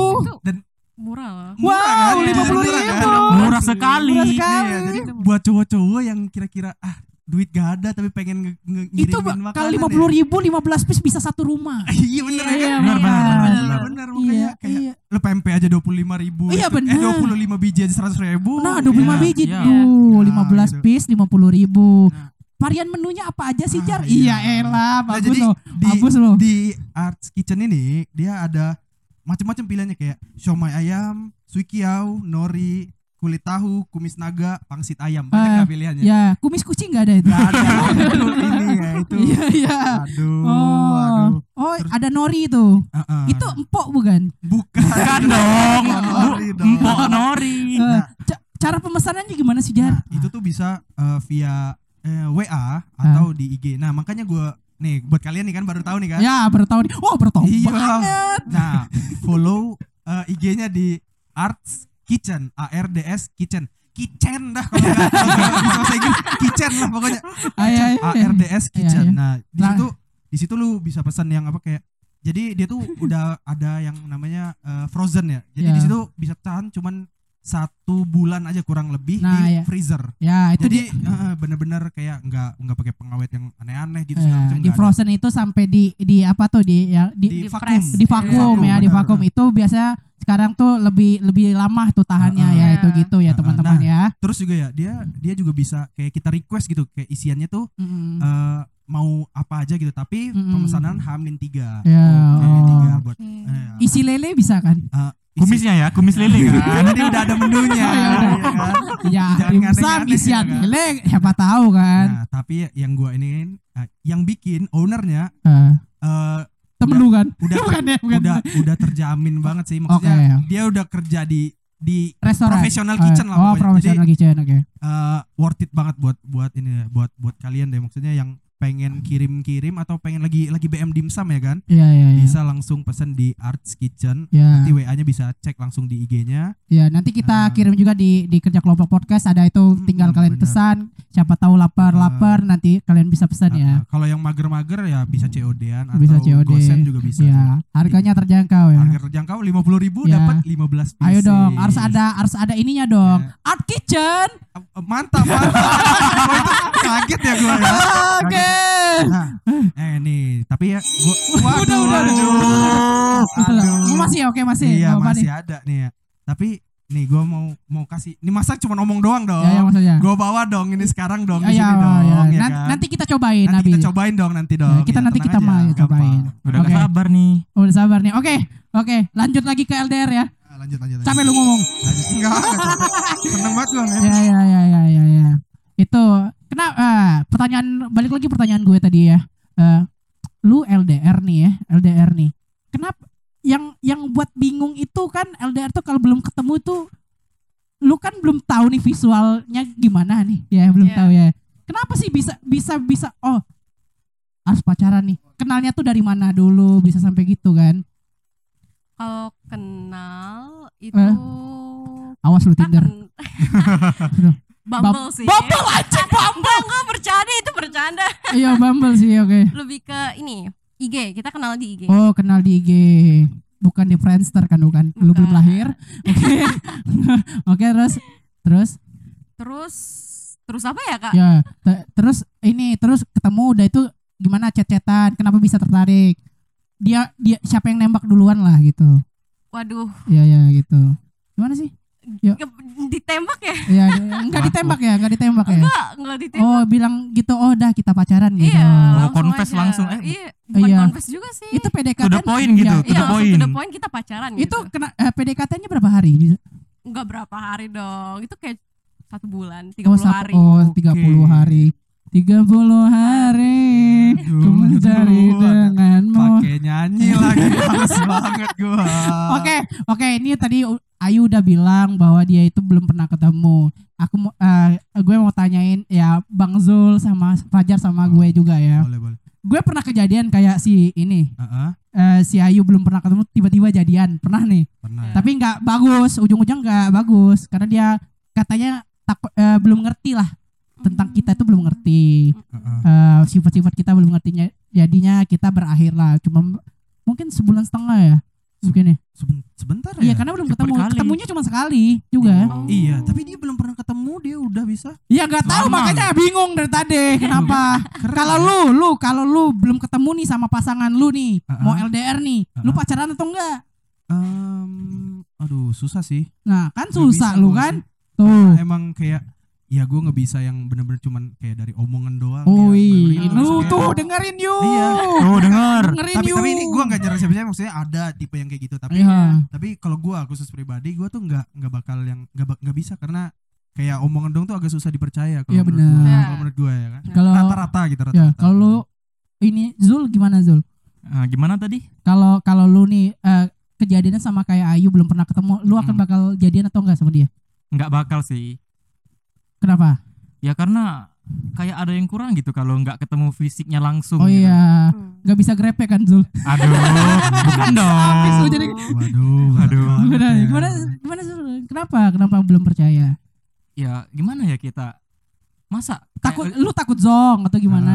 S3: Murah loh.
S2: Wow,
S1: kan?
S2: 50.000.
S1: Murah kan?
S4: murah sekali
S2: Murah
S1: Iya,
S2: sekali.
S1: jadi buat cowok-cowok yang kira-kira ah duit gak ada tapi pengen nge- nge- ngirimin
S2: Itu ba-
S1: makanan
S2: kalau
S1: ya.
S2: 50 ribu 15 piece bisa satu rumah.
S1: Iya bener ya
S2: Iya,
S1: kan?
S2: bener,
S1: Bener,
S2: bener,
S1: bener,
S4: bener.
S1: bener. Makanya kayak
S2: iya.
S1: lo pempek aja 25 ribu.
S2: Iya,
S1: Eh
S2: bener.
S1: 25 biji aja 100 ribu.
S2: Nah, 25
S4: Iya,
S2: biji
S4: iya.
S2: tuh,
S1: ya? Nah,
S2: 15
S1: gitu.
S2: piece 50 ribu.
S1: Nah.
S2: Varian menunya apa aja sih,
S1: Ah,
S2: Jar?
S1: iya.
S2: Iya, elah,
S1: Nah,
S2: bagus
S1: jadi
S2: loh.
S1: di,
S2: Bagus loh.
S1: di Arts Kitchen ini dia ada macam-macam pilihannya kayak siomay ayam, suikiao, nori, kulit tahu, kumis naga, pangsit ayam. Banyak
S2: Eh,
S1: nggak pilihannya?
S2: Ya, kumis kucing gak ada itu.
S1: Nggak ada. Aduh, ini ya itu.
S2: Iya, iya.
S1: Aduh,
S2: Oh,
S1: aduh.
S2: oh
S1: Terus-
S2: ada nori itu.
S1: Uh-uh.
S2: Itu empok bukan?
S1: bukan.
S4: Bukan dong
S1: Nori dong.
S4: empok nori
S2: Eh, ca- cara pemesanannya gimana sih Jar?
S1: Nah, itu tuh bisa eh, via eh, WA atau di IG. Nah, makanya gua nih buat kalian nih kan baru tahu nih kan.
S2: Ya bertahun. Oh bertahun.
S1: Iya.
S2: banget.
S1: Nah, follow eh, IG-nya di Arts Kitchen, A R D S Kitchen. Kitchen dah kalau nggak- kalau nggak bisa bahasa Inggris, kitchen lah pokoknya.
S2: Ayo, ayo,
S1: A
S2: ayo.
S1: R D S Kitchen.
S2: Eh, Iya, iya.
S1: Nah, di
S2: Nah.
S1: situ di situ lu bisa pesan yang apa kayak jadi dia tuh udah ada yang namanya eh, frozen ya. Jadi
S2: Iya.
S1: di situ bisa tahan cuman satu bulan aja kurang lebih
S2: Nah,
S1: di
S2: iya.
S1: freezer.
S2: Ya itu
S1: Jadi
S2: dia.
S1: eh, bener-bener kayak nggak nggak pakai pengawet yang aneh-aneh gitu
S2: Ya,
S1: segala macam.
S2: di
S1: nggak ada.
S2: frozen itu sampai di di apa tuh di ya, di,
S1: di
S3: di
S1: vakum.
S3: press.
S2: di vakuum
S1: Vakum,
S2: ya di
S1: benar,
S2: vakum itu biasanya sekarang tuh lebih lebih lama tuh tahannya
S1: Ah,
S2: ya
S3: ah.
S2: itu gitu ya
S1: Ah, ah.
S2: teman-teman
S1: Nah.
S2: ya.
S1: Terus juga ya dia
S2: Hmm.
S1: dia juga bisa kayak kita request gitu kayak isiannya tuh
S2: Mm-mm.
S1: eh, mau apa aja gitu tapi
S2: Mm-mm.
S1: pemesanan Hamin tiga.
S2: Hmm. Ya,
S1: Hamin
S2: oh.
S1: tiga buat
S3: Oke.
S1: eh,
S2: Isi lele bisa kan?
S1: eh, isi-
S4: kumisnya ya kumis lele kan
S1: Ini udah ada menunya.
S2: Ya udah.
S1: iya kan?
S2: Ya
S1: Jangan
S2: dimsum
S1: aneh-aneh,
S2: isian
S1: ya kan?
S2: lele siapa tahu kan?
S1: Nah, tapi yang gua ini eh, yang bikin ownernya
S2: Eh,
S1: eh,
S2: temen lu kan?
S1: udah
S2: Bukan ya, bukan.
S1: udah udah terjamin banget sih
S2: Oke.
S1: maksudnya dia udah kerja di di
S2: Restoran.
S1: professional kitchen
S2: Eh,
S1: lah
S2: Oh,
S1: pokoknya.
S2: professional kitchen oke.
S1: eh, worth it banget buat buat ini buat buat kalian deh maksudnya yang pengen kirim-kirim atau pengen lagi lagi BM dimsum ya kan
S2: Iya, iya, iya.
S1: bisa langsung pesan di Arts Kitchen
S2: Ya.
S1: nanti WA-nya bisa cek langsung di IG-nya
S2: Ya, nanti kita
S1: Nah.
S2: kirim juga di di kerja kelompok podcast ada itu
S1: Hmm,
S2: tinggal kalian
S1: benar.
S2: pesan, siapa tahu lapar-lapar nanti kalian bisa pesan ya. Hmm.
S1: Nah, kalau yang mager-mager ya bisa COD-an atau
S2: Bisa COD.
S1: gosen juga bisa
S2: ya, harganya terjangkau ya.
S1: harga terjangkau 50.000 ribu
S2: Ya.
S1: dapat 15 pieces
S2: Ayo dong, harus ada harus ada ininya dong.
S1: Ya.
S2: Art Kitchen.
S1: Eh, mantap mantap Gua itu kaget ya gue ya
S2: Oke.
S1: nah eh nih tapi ya gua waduh,
S2: Udah, udah, udah.
S1: aduh.
S2: Mau masih ya? oke masih.
S1: Iya
S2: Nggak apa
S1: masih
S2: nih.
S1: ada nih ya. Tapi nih gue mau mau kasih. Ini masa cuma ngomong doang dong.
S2: Ya, ya maksudnya.
S1: Gue bawa dong ini sekarang dong
S2: Ya,
S1: Oh, di
S2: ya,
S1: sini dong.
S2: ya.
S1: ya
S2: Nanti,
S1: kan?
S2: nanti kita cobain
S1: Nanti
S2: Nabi.
S1: kita cobain dong nanti dong.
S2: Ya, kita
S1: Ya,
S2: nanti
S1: tenang
S2: kita
S1: aja,
S2: mah ya
S1: gampang.
S2: cobain.
S4: udah
S2: Oke.
S4: nggak sabar nih
S2: Oh, udah sabar nih. Oke. Oke, lanjut lagi ke LDR ya.
S1: Ah, Lanjut lanjut.
S2: Capek lu ngomong.
S1: Lanjut. Enggak enggak capek. Seneng banget gue.
S2: ya ya ya ya ya ya itu kenapa eh, pertanyaan balik lagi pertanyaan gue tadi ya Eh, lu LDR nih ya LDR nih kenapa yang yang buat bingung itu kan LDR tuh kalau belum ketemu tuh lu kan belum tahu nih visualnya gimana nih ya belum
S3: Iya.
S2: tahu ya kenapa sih bisa bisa bisa oh harus pacaran nih kenalnya tuh dari mana dulu bisa sampai gitu kan
S3: Kalau kenal itu
S2: Eh. awas lu
S3: Kita
S2: Tinder
S3: ken-
S2: Aduh.
S3: Bumble sih.
S2: Bumble aja
S3: Bumble gue bercanda itu bercanda.
S2: iya Bumble sih oke
S3: Lebih ke ini IG kita kenal di IG.
S2: Oh kenal di IG bukan di Friendster kan bukan lu belum
S3: Bukan.
S2: lahir oke oke terus terus
S3: Terus terus apa ya kak?
S2: ya te- terus ini terus ketemu udah itu gimana chat-chatan kenapa bisa tertarik dia dia siapa yang nembak duluan lah gitu
S3: Waduh,
S2: ya ya gitu gimana sih
S3: ke- ditembak ya?
S2: ya nggak ditembak ya nggak ditembak ya
S3: Enggak, enggak ditembak.
S2: oh bilang gitu oh dah kita pacaran gitu
S3: Iya,
S4: Oh, confess
S3: aja.
S4: langsung, eh, bu-
S3: Iya, bukan
S2: Iya.
S3: confess juga sih.
S2: itu PDKT
S4: To the point gitu,
S2: ya,
S4: to the
S3: iya, langsung
S4: point.
S3: to the point kita pacaran
S2: itu
S3: gitu.
S2: kena eh, PDKT-nya berapa hari bisa
S3: Enggak berapa hari dong. Itu kayak satu bulan, 30
S2: Oh, satu-
S3: hari.
S2: Oh,
S4: Oke.
S2: 30 hari. 30 hari ku mencari denganmu. Oke,
S1: pakai nyanyi lagi males banget gua
S2: oke, ini tadi U- Ayu udah bilang bahwa dia itu belum pernah ketemu. Aku mau eh, gue mau tanyain ya Bang Zul sama Fajar sama
S1: Oh.
S2: gue juga ya.
S1: boleh boleh
S2: Gue pernah kejadian kayak si ini
S1: Heeh,
S2: eh, si Ayu belum pernah ketemu tiba-tiba jadian. Pernah nih.
S1: pernah
S2: Tapi nggak bagus, ujung-ujung nggak bagus karena dia katanya takut eh, belum ngerti lah tentang
S3: Hmm.
S2: kita ya. itu belum ngerti.
S1: Heeh.
S2: eh, sifat-sifat kita belum ngertinya jadinya kita berakhir lah cuma m- mungkin sebulan setengah ya mungkin ya
S1: Seben- sebentar
S2: iya
S1: ya
S2: karena belum
S4: cepet
S2: ketemu
S4: kali.
S2: ketemunya cuma sekali juga
S3: Oh.
S1: iya tapi dia belum pernah ketemu dia udah bisa
S2: ya nggak tahu
S4: Lama.
S2: makanya bingung dari tadi
S1: Iya,
S2: kenapa kalau lu lu kalau lu belum ketemu nih sama pasangan lu nih
S1: Uh-uh.
S2: mau LDR nih lu
S1: Uh-uh.
S2: pacaran atau enggak
S1: Em, aduh susah sih
S2: nah kan
S1: Nggak
S2: susah
S1: bisa
S2: lu
S1: gua
S2: kan tuh
S1: emang kayak ya gue nggak bisa yang bener-bener cuman kayak dari omongan doang
S2: Ui,
S1: ya. Bener-bener
S2: Oh, iya.
S1: nggak
S2: lu
S1: bisa
S2: tuh
S1: kayak-
S2: dengerin you
S1: Iya.
S4: Oh denger
S2: dengerin
S1: tapi,
S2: you
S1: tapi ini gue nggak nyerang siapa-siapa maksudnya ada tipe yang kayak gitu tapi
S2: Iya.
S1: tapi kalau gue khusus pribadi gue tuh nggak nggak bakal yang nggak bak- nggak bisa karena kayak omongan dong tuh agak susah dipercaya kalau
S2: Iya,
S1: menurut
S2: benar.
S1: gua-
S3: Iya.
S1: kalau menurut gue ya kan
S2: kalau
S1: rata-rata gitu rata-rata
S2: ya kalau lu ini Zul gimana Zul
S4: Eh, Gimana tadi?
S2: kalau kalau lu nih eh, kejadiannya sama kayak Ayu belum pernah ketemu, lu akan
S4: Mm.
S2: bakal jadian atau enggak sama dia?
S4: Nggak bakal sih
S2: Kenapa?
S4: Ya karena kayak ada yang kurang gitu kalau nggak ketemu fisiknya langsung.
S2: Oh
S4: gitu.
S2: iya,
S3: Hmm.
S2: nggak bisa grepe kan Zul?
S4: Aduh, bukan
S2: Habis lu
S4: dong.
S2: jadi
S3: Oh,
S2: ya.
S1: waduh berat
S4: Aduh.
S1: banget
S2: gimana,
S1: ya.
S2: gimana gimana Zul? Kenapa? Kenapa belum percaya?
S4: Ya gimana ya kita? Masa kayak-
S2: Takut lu takut zong atau gimana?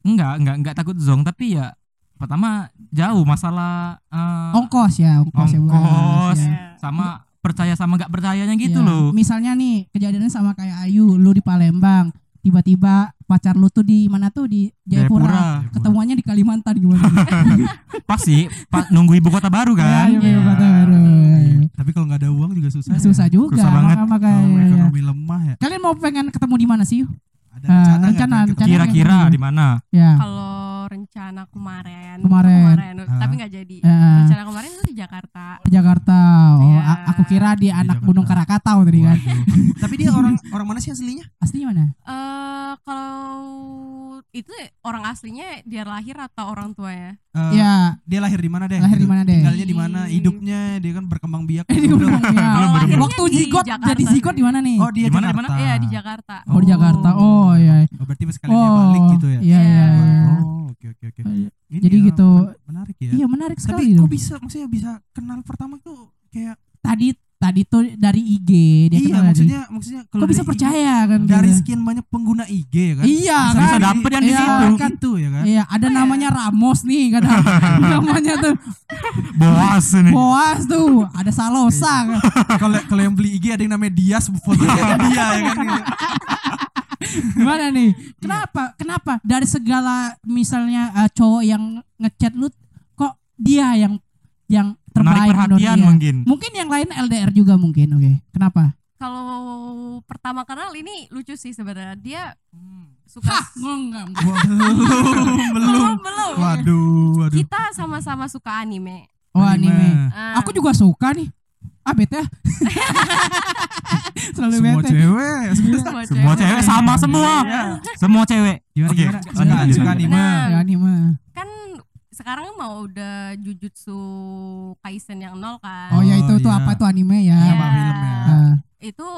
S4: Enggak, enggak, enggak takut zong tapi ya pertama jauh masalah eh,
S2: ongkos ya, ongkos, ya, Bu.
S4: ongkos,
S2: Ya.
S4: sama percaya sama nggak percayanya gitu
S2: Ya,
S4: loh.
S2: Misalnya nih kejadiannya sama kayak Ayu, lu di Palembang, tiba-tiba pacar lu tuh di mana tuh di Jayapura.
S4: Jayapura. Kan?
S2: Ketemuannya di Kalimantan gimana?
S4: Pas sih, pa- nunggu ibu kota baru kan.
S2: Ya, ya,
S4: Ya.
S2: Kalimantan baru.
S1: Iya. tapi kalau nggak ada uang juga susah ya.
S2: Susah juga.
S4: Susah banget.
S2: maka- makanya,
S1: kalau
S2: ya.
S1: ekonomi lemah ya
S2: Kalian mau pengen ketemu di mana sih? Yu?
S1: ada
S2: Ah,
S1: rencana nggak
S2: rencana,
S1: pengen ketemu?
S2: rencana.
S4: Kira-kira di mana?
S2: Ya.
S3: Kalau rencana kemarin,
S2: Kemarin.
S1: Ah.
S3: tapi nggak jadi.
S2: Eh,
S3: Rencana kemarin tuh di Jakarta.
S2: di Jakarta. Oh,
S3: Iya.
S2: a- aku kira di, anak
S1: Jakarta.
S2: Gunung Krakatau tadi kan.
S1: Waduh. tapi dia orang orang mana sih aslinya
S2: Aslinya mana?
S3: Eh kalau itu orang aslinya dia lahir atau orang ya? tuanya?
S1: Eh,
S2: Iya,
S1: dia lahir di mana deh
S2: lahir di
S1: Gitu.
S2: mana deh?
S1: tinggalnya di mana hidupnya dia kan berkembang biak
S2: Di Gunung Krakatau.
S4: Belum, belum, belum.
S2: ya. Waktu zigot jadi zigot di mana nih?
S1: oh dia
S4: Di mana, di
S1: Jakarta
S3: Iya di Jakarta.
S2: Oh, di Jakarta. Oh, iya.
S1: Oh, berarti sekali dia
S2: Oh.
S1: balik gitu
S2: Iya,
S1: ya
S2: iya,
S3: Iya.
S2: iya.
S1: oh oke oke oke
S2: Iya.
S1: Ini
S2: Jadi
S1: ya,
S2: gitu.
S1: men- menarik ya
S2: Iya, menarik
S1: tapi
S2: sekali
S1: kok
S2: loh.
S1: bisa maksudnya bisa kenal pertama tuh kayak
S2: Tadi tadi tuh dari IG dia
S1: iya
S2: kenal dari-
S1: maksudnya maksudnya kalau
S2: Kok bisa
S1: dari
S2: percaya kan?
S1: IG, dari
S2: gitu?
S1: sekian banyak pengguna IG ya kan
S2: Iya,
S1: Bisa-
S2: kan?
S4: Bisa dapet yang
S2: di
S1: Iya,
S2: situ.
S1: kan tuh ya kan
S2: Iya, ada
S3: Oh, iya.
S2: namanya Ramos nih, kan namanya tuh
S4: Boas
S1: Iya.
S4: ini.
S2: Boas tuh, ada Salosa. kan.
S1: kalau kalau yang beli IG ada yang namanya Dias fotonya dia ya kan
S2: Gimana nih? Kenapa? Kenapa dari segala misalnya eh, cowok yang ngechat lu kok dia yang yang
S4: Menarik
S2: terbaik menurut
S4: perhatian
S2: dia?
S4: mungkin.
S2: Mungkin yang lain LDR juga mungkin, oke. Kenapa?
S3: Kalau pertama kenal ini lucu sih sebenarnya. Dia suka
S2: Hmm. Hah, enggak, enggak.
S1: Wah, belum belum
S3: belum belum.
S1: waduh waduh
S3: Kita sama-sama suka anime.
S2: Oh, Gitu. anime.
S3: Ah,
S2: Aku juga suka nih. Ah, bete. ah. Selalu
S1: semua
S2: bete.
S1: cewek semua-
S3: semua
S4: Semua cewek sama semua.
S3: Iya.
S4: Semua cewek.
S1: gimana
S4: Oke,
S1: gimana
S4: lanjut,
S1: suka
S4: lanjut,
S1: suka
S4: lanjut.
S1: anime
S3: Nah,
S2: Ya, anime.
S3: kan sekarang mau udah Jujutsu Kaisen yang nol
S2: Oh,
S3: kan.
S2: ya itu
S1: Oh,
S2: tuh
S1: iya.
S2: apa tuh anime ya?
S1: Iya. Sama film ya.
S2: Ah,
S3: Itu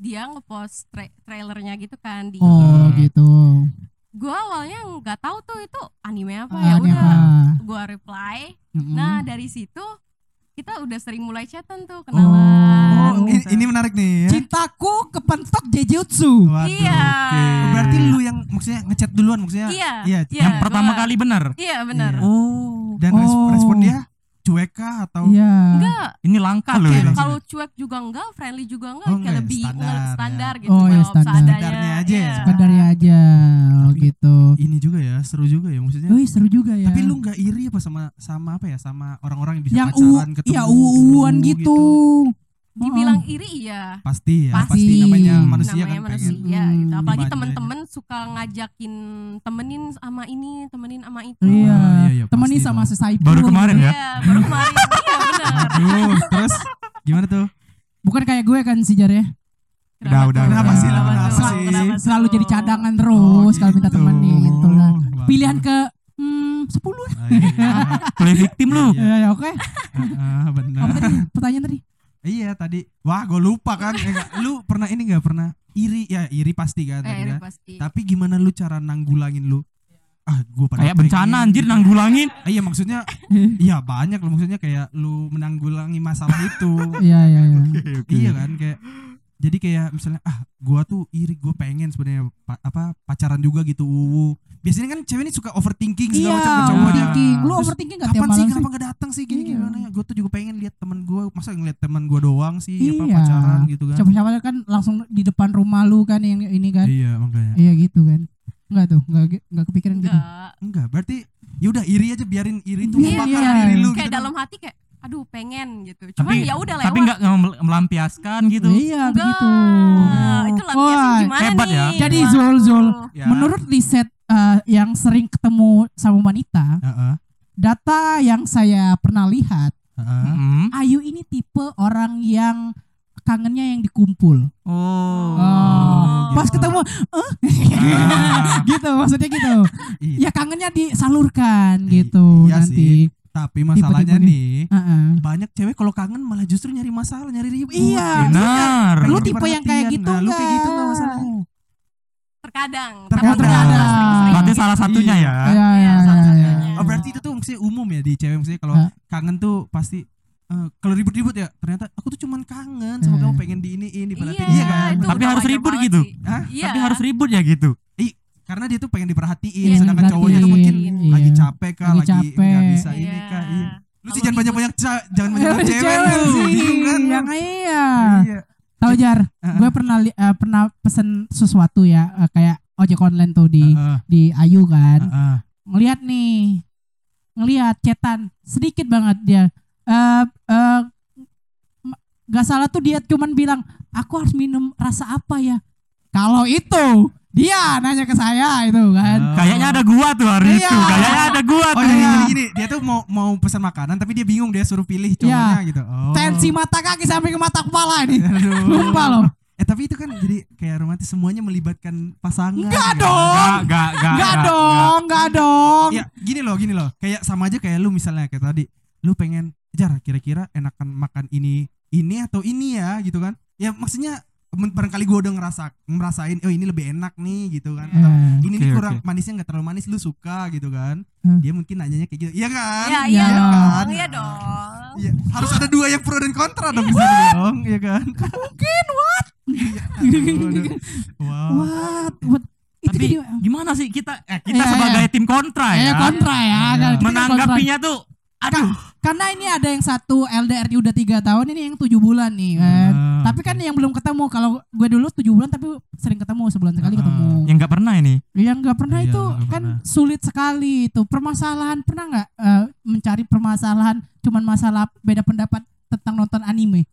S3: dia ngepost tra- trailernya gitu kan di
S2: oh,
S4: Hmm.
S2: gitu.
S3: gua awalnya nggak tahu tuh itu anime
S1: Oh,
S3: apa
S2: Ah,
S3: ya
S2: ini
S3: udah
S2: apa?
S3: gua reply
S2: Mm-mm.
S3: nah
S1: Hmm.
S3: dari situ kita udah sering mulai chatan tuh
S1: oh
S3: kenalan Gitu.
S1: ini, ini menarik nih ya
S2: Cintaku kepentok Jejutsu.
S1: Waduh.
S3: iya
S1: Oh, berarti lu yang maksudnya ngechat duluan maksudnya
S3: iya
S1: iya,
S3: iya,
S4: Yang pertama
S3: gua-
S4: kali benar.
S3: iya
S1: Iya.
S3: benar
S4: Oh,
S1: dan res-
S2: Oh.
S1: respon dia cuek kah atau
S2: Iya.
S3: enggak
S4: ini langka
S1: Oke,
S4: loh. ini.
S1: langsung.
S3: kalau cuek juga enggak friendly juga enggak
S1: Oh,
S3: kayak
S1: enggak ya,
S3: lebih
S1: standar
S3: standar,
S1: ya.
S3: standar gitu
S2: Oh, iya,
S3: jawab
S2: standar.
S3: seadanya.
S1: Standarnya aja ya.
S3: Iya.
S2: Sekedarnya aja oh,
S1: Tapi-
S2: gitu.
S1: ini juga ya seru juga ya maksudnya
S2: Wih, seru juga ya.
S1: Tapi lu nggak iri apa sama sama apa ya sama orang-orang yang bisa
S2: yang u,
S1: pacaran ketemu?
S2: iya uan gitu.
S3: Dibilang iri iya.
S1: Pasti ya,
S3: Pasti.
S1: pasti, namanya manusia
S3: namanya
S1: kan
S3: manusia
S1: pengen.
S3: gitu.
S2: Hmm,
S3: Apalagi
S1: gimana
S3: temen-temen suka ngajakin temenin sama ini, temenin sama itu.
S2: Oh, Iya.
S1: Ah, iya, iya,
S2: Temenin
S1: pasti
S2: sama
S1: dong.
S2: sesai
S4: Baru kemarin ya?
S3: Iya, baru kemarin. Iya benar.
S1: Aduh, terus gimana tuh?
S2: Bukan kayak gue kan si Jar ya.
S4: Udah, udah,
S1: Kenapa
S4: udah.
S1: sih? Kenapa
S2: Sel-
S1: sih?
S2: selalu, jadi cadangan
S1: Oh,
S2: terus kalau minta
S1: gitu. iya.
S2: temenin gitu lah.
S1: Bagus.
S2: Pilihan ke hmm, 10
S1: Ah, iya, iya.
S4: Play victim lu.
S1: Iya.
S2: ya, ya, oke.
S1: Ah, ah, benar.
S2: Apa tadi pertanyaan tadi?
S1: Iya tadi. Wah, gue lupa kan. Eh, nggak, lu pernah ini nggak pernah iri? Ya, iri pasti kan.
S3: Eh,
S1: tadi
S3: iri
S1: kan.
S3: pasti.
S1: Tapi gimana lu cara nanggulangin lu?
S2: Iya.
S1: Ah, gue pada
S4: Kayak bencana
S1: pengen.
S4: anjir nanggulangin.
S1: Ah, Iya, maksudnya iya banyak loh maksudnya kayak lu menanggulangi masalah itu.
S2: Iya iya iya.
S1: iya kan kayak jadi kayak misalnya ah gua tuh iri gua pengen sebenarnya pa- apa pacaran juga gitu uwu biasanya kan cewek ini suka overthinking
S2: Iya,
S1: segala macam ke cowoknya.
S2: overthinking. Lu
S1: Terus,
S2: overthinking gak tiap
S1: kapan sih
S2: malam
S1: kenapa
S2: sih?
S1: nggak datang sih gini
S2: Iya.
S1: gimana ya gua tuh juga pengen lihat temen gua masa ngeliat temen gua doang sih apa
S2: Iya.
S1: pacaran gitu kan
S2: Siapa-siapa kan langsung di depan rumah lu kan yang ini kan.
S1: iya makanya
S2: Iya gitu kan. Enggak tuh, enggak enggak kepikiran gitu.
S3: Enggak.
S1: enggak berarti yaudah iri aja biarin iri tuh
S2: Iya,
S1: membakar
S2: iya.
S1: diri lu gitu
S3: Kayak
S1: kan.
S3: dalam hati kayak aduh pengen gitu. Cuman
S4: Tapi
S3: ya udah lewat.
S4: Tapi nggak nggak melampiaskan gitu.
S2: Iya
S3: Enggak. Nah,
S2: begitu.
S3: Itu lampiasan
S2: Wah,
S3: gimana
S4: hebat
S3: nih?
S4: ya.
S2: Jadi
S3: Wah.
S2: Zul Zul,
S1: Ya.
S2: menurut riset eh, yang sering ketemu sama wanita,
S1: Heeh,
S2: data yang saya pernah lihat,
S1: heeh.
S2: Hmm.
S4: Mm.
S2: Ayu ini tipe orang yang kangennya yang dikumpul.
S4: Oh.
S1: Oh,
S2: Pas
S1: gitu.
S2: ketemu, eh?
S4: Ah.
S2: gitu maksudnya gitu.
S1: Iya.
S2: Ya kangennya disalurkan
S1: I-
S2: gitu
S1: iya
S2: nanti.
S1: sih. tapi masalahnya
S2: Tipe-tipe
S1: nih
S2: Heeh.
S1: banyak cewek kalau kangen malah justru nyari masalah nyari ribut
S2: Iya.
S4: Benar.
S2: Lu
S1: Pengen
S2: tipe yang kayak
S1: diperhatiin.
S2: gitu
S1: Nah, lu kayak gitu nggak
S2: nggak Iya.
S1: masalahnya?
S3: Terkadang.
S1: Terkadang.
S3: Tapi nggak sering-sering.
S4: Berarti salah satunya ya.
S2: Iya
S1: Kan?
S3: Iya,
S2: iya iya,
S3: salah
S2: iya.
S3: satunya.
S1: Oh berarti itu tuh maksudnya umum ya di cewek maksudnya kalau
S2: Hah?
S1: kangen tuh pasti eh, kalau ribut-ribut ya ternyata aku tuh cuman kangen sama
S2: Eh.
S1: kamu pengen diiniin diperhatiin
S3: Iya,
S1: iya kan
S3: itu
S4: Tapi
S3: udah
S4: harus
S3: wajar
S4: ribut
S3: banget
S4: gitu.
S3: sih.
S1: Hah?
S3: Iya.
S4: Tapi harus ribut ya gitu.
S1: karena dia tuh pengen diperhatiin
S3: Iya,
S1: Oh, sedangkan cowoknya tuh mungkin
S2: diperhatiin. Iya.
S1: lagi capek kah
S2: Lagi
S1: lagi nggak
S2: capek.
S1: bisa ini
S3: Iya.
S1: kah iya. lu sih
S3: Kalau
S1: jangan
S3: ribut-
S1: banyak-banyak ca- jangan banyak-banyak cewek
S2: gitu. Cewek
S1: lu
S2: sih.
S1: bingung kan lu?
S2: Yang iya.
S1: Iya.
S2: Tahu Jar,
S1: Heeh.
S2: gue pernah li- eh, pernah pesen sesuatu ya eh, kayak ojek online tuh di
S1: Heeh,
S2: di Ayu kan.
S1: heeh.
S2: Ngelihat nih. Ngelihat cetan sedikit banget dia. Eh eh, m- nggak salah tuh dia cuman bilang, "Aku harus minum rasa apa ya?" Kalau itu dia nanya ke saya itu kan.
S1: Oh.
S4: Kayaknya ada gua tuh hari
S2: Iya.
S4: itu. Kayaknya ada gua tuh.
S1: Oh jadi gini, gini, dia tuh mau mau pesan makanan tapi dia bingung dia suruh pilih
S2: Iya.
S1: cowoknya gitu. Oh.
S2: Tensi mata kaki sampai ke mata kepala ini.
S1: Aduh.
S2: Sumpah loh.
S1: Eh tapi itu kan jadi kayak romantis semuanya melibatkan pasangan.
S2: Enggak
S1: kan?
S2: dong.
S4: Gak, gak, gak,
S2: Enggak
S4: gak,
S2: dong, enggak dong.
S3: Oh.
S1: Ya gini loh, gini loh. Kayak sama aja kayak lu misalnya kayak tadi, lu pengen jar kira-kira enakan makan ini ini atau ini ya gitu kan? Ya maksudnya men- barangkali gua udah ngerasa ngerasain oh ini lebih enak nih gitu kan. Atau,
S3: Hmm,
S2: Eh.
S1: ini nih
S4: Oke,
S1: kurang
S4: oke.
S1: manisnya nggak terlalu manis lu suka gitu kan?
S2: Hmm.
S1: Dia mungkin nanyanya kayak gitu. Iya kan?
S3: Iya, iya
S2: Iya
S3: dong.
S1: kan?
S3: Iya dong.
S1: Iya, harus ada dua yang pro dan kontra dong di sini dong, iya kan?
S2: mungkin what?
S1: Aduh, aduh. Wow.
S2: what? What? Itu
S4: Tapi
S2: dia.
S1: ya,
S4: gimana sih kita eh, kita
S2: Iya,
S4: sebagai
S2: iya.
S4: tim kontra
S2: Eh,
S4: ya.
S2: kontra ya.
S1: Iya.
S2: kan? Kita kan kontra.
S4: Menanggapinya tuh aduh.
S2: Karena ini ada yang satu LDR-nya udah tiga tahun, ini yang tujuh bulan nih
S4: eh,
S2: kan.
S1: Ah,
S2: tapi kan yang belum ketemu. Kalau gue dulu tujuh bulan tapi sering ketemu sebulan sekali
S1: Ah.
S2: ketemu.
S4: Eh, Yang nggak pernah ini.
S2: Yang nggak pernah
S1: Iya,
S2: itu
S1: nggak
S2: kan
S1: pernah.
S2: sulit sekali itu. Permasalahan pernah nggak eh, mencari permasalahan cuman masalah beda pendapat tentang nonton anime?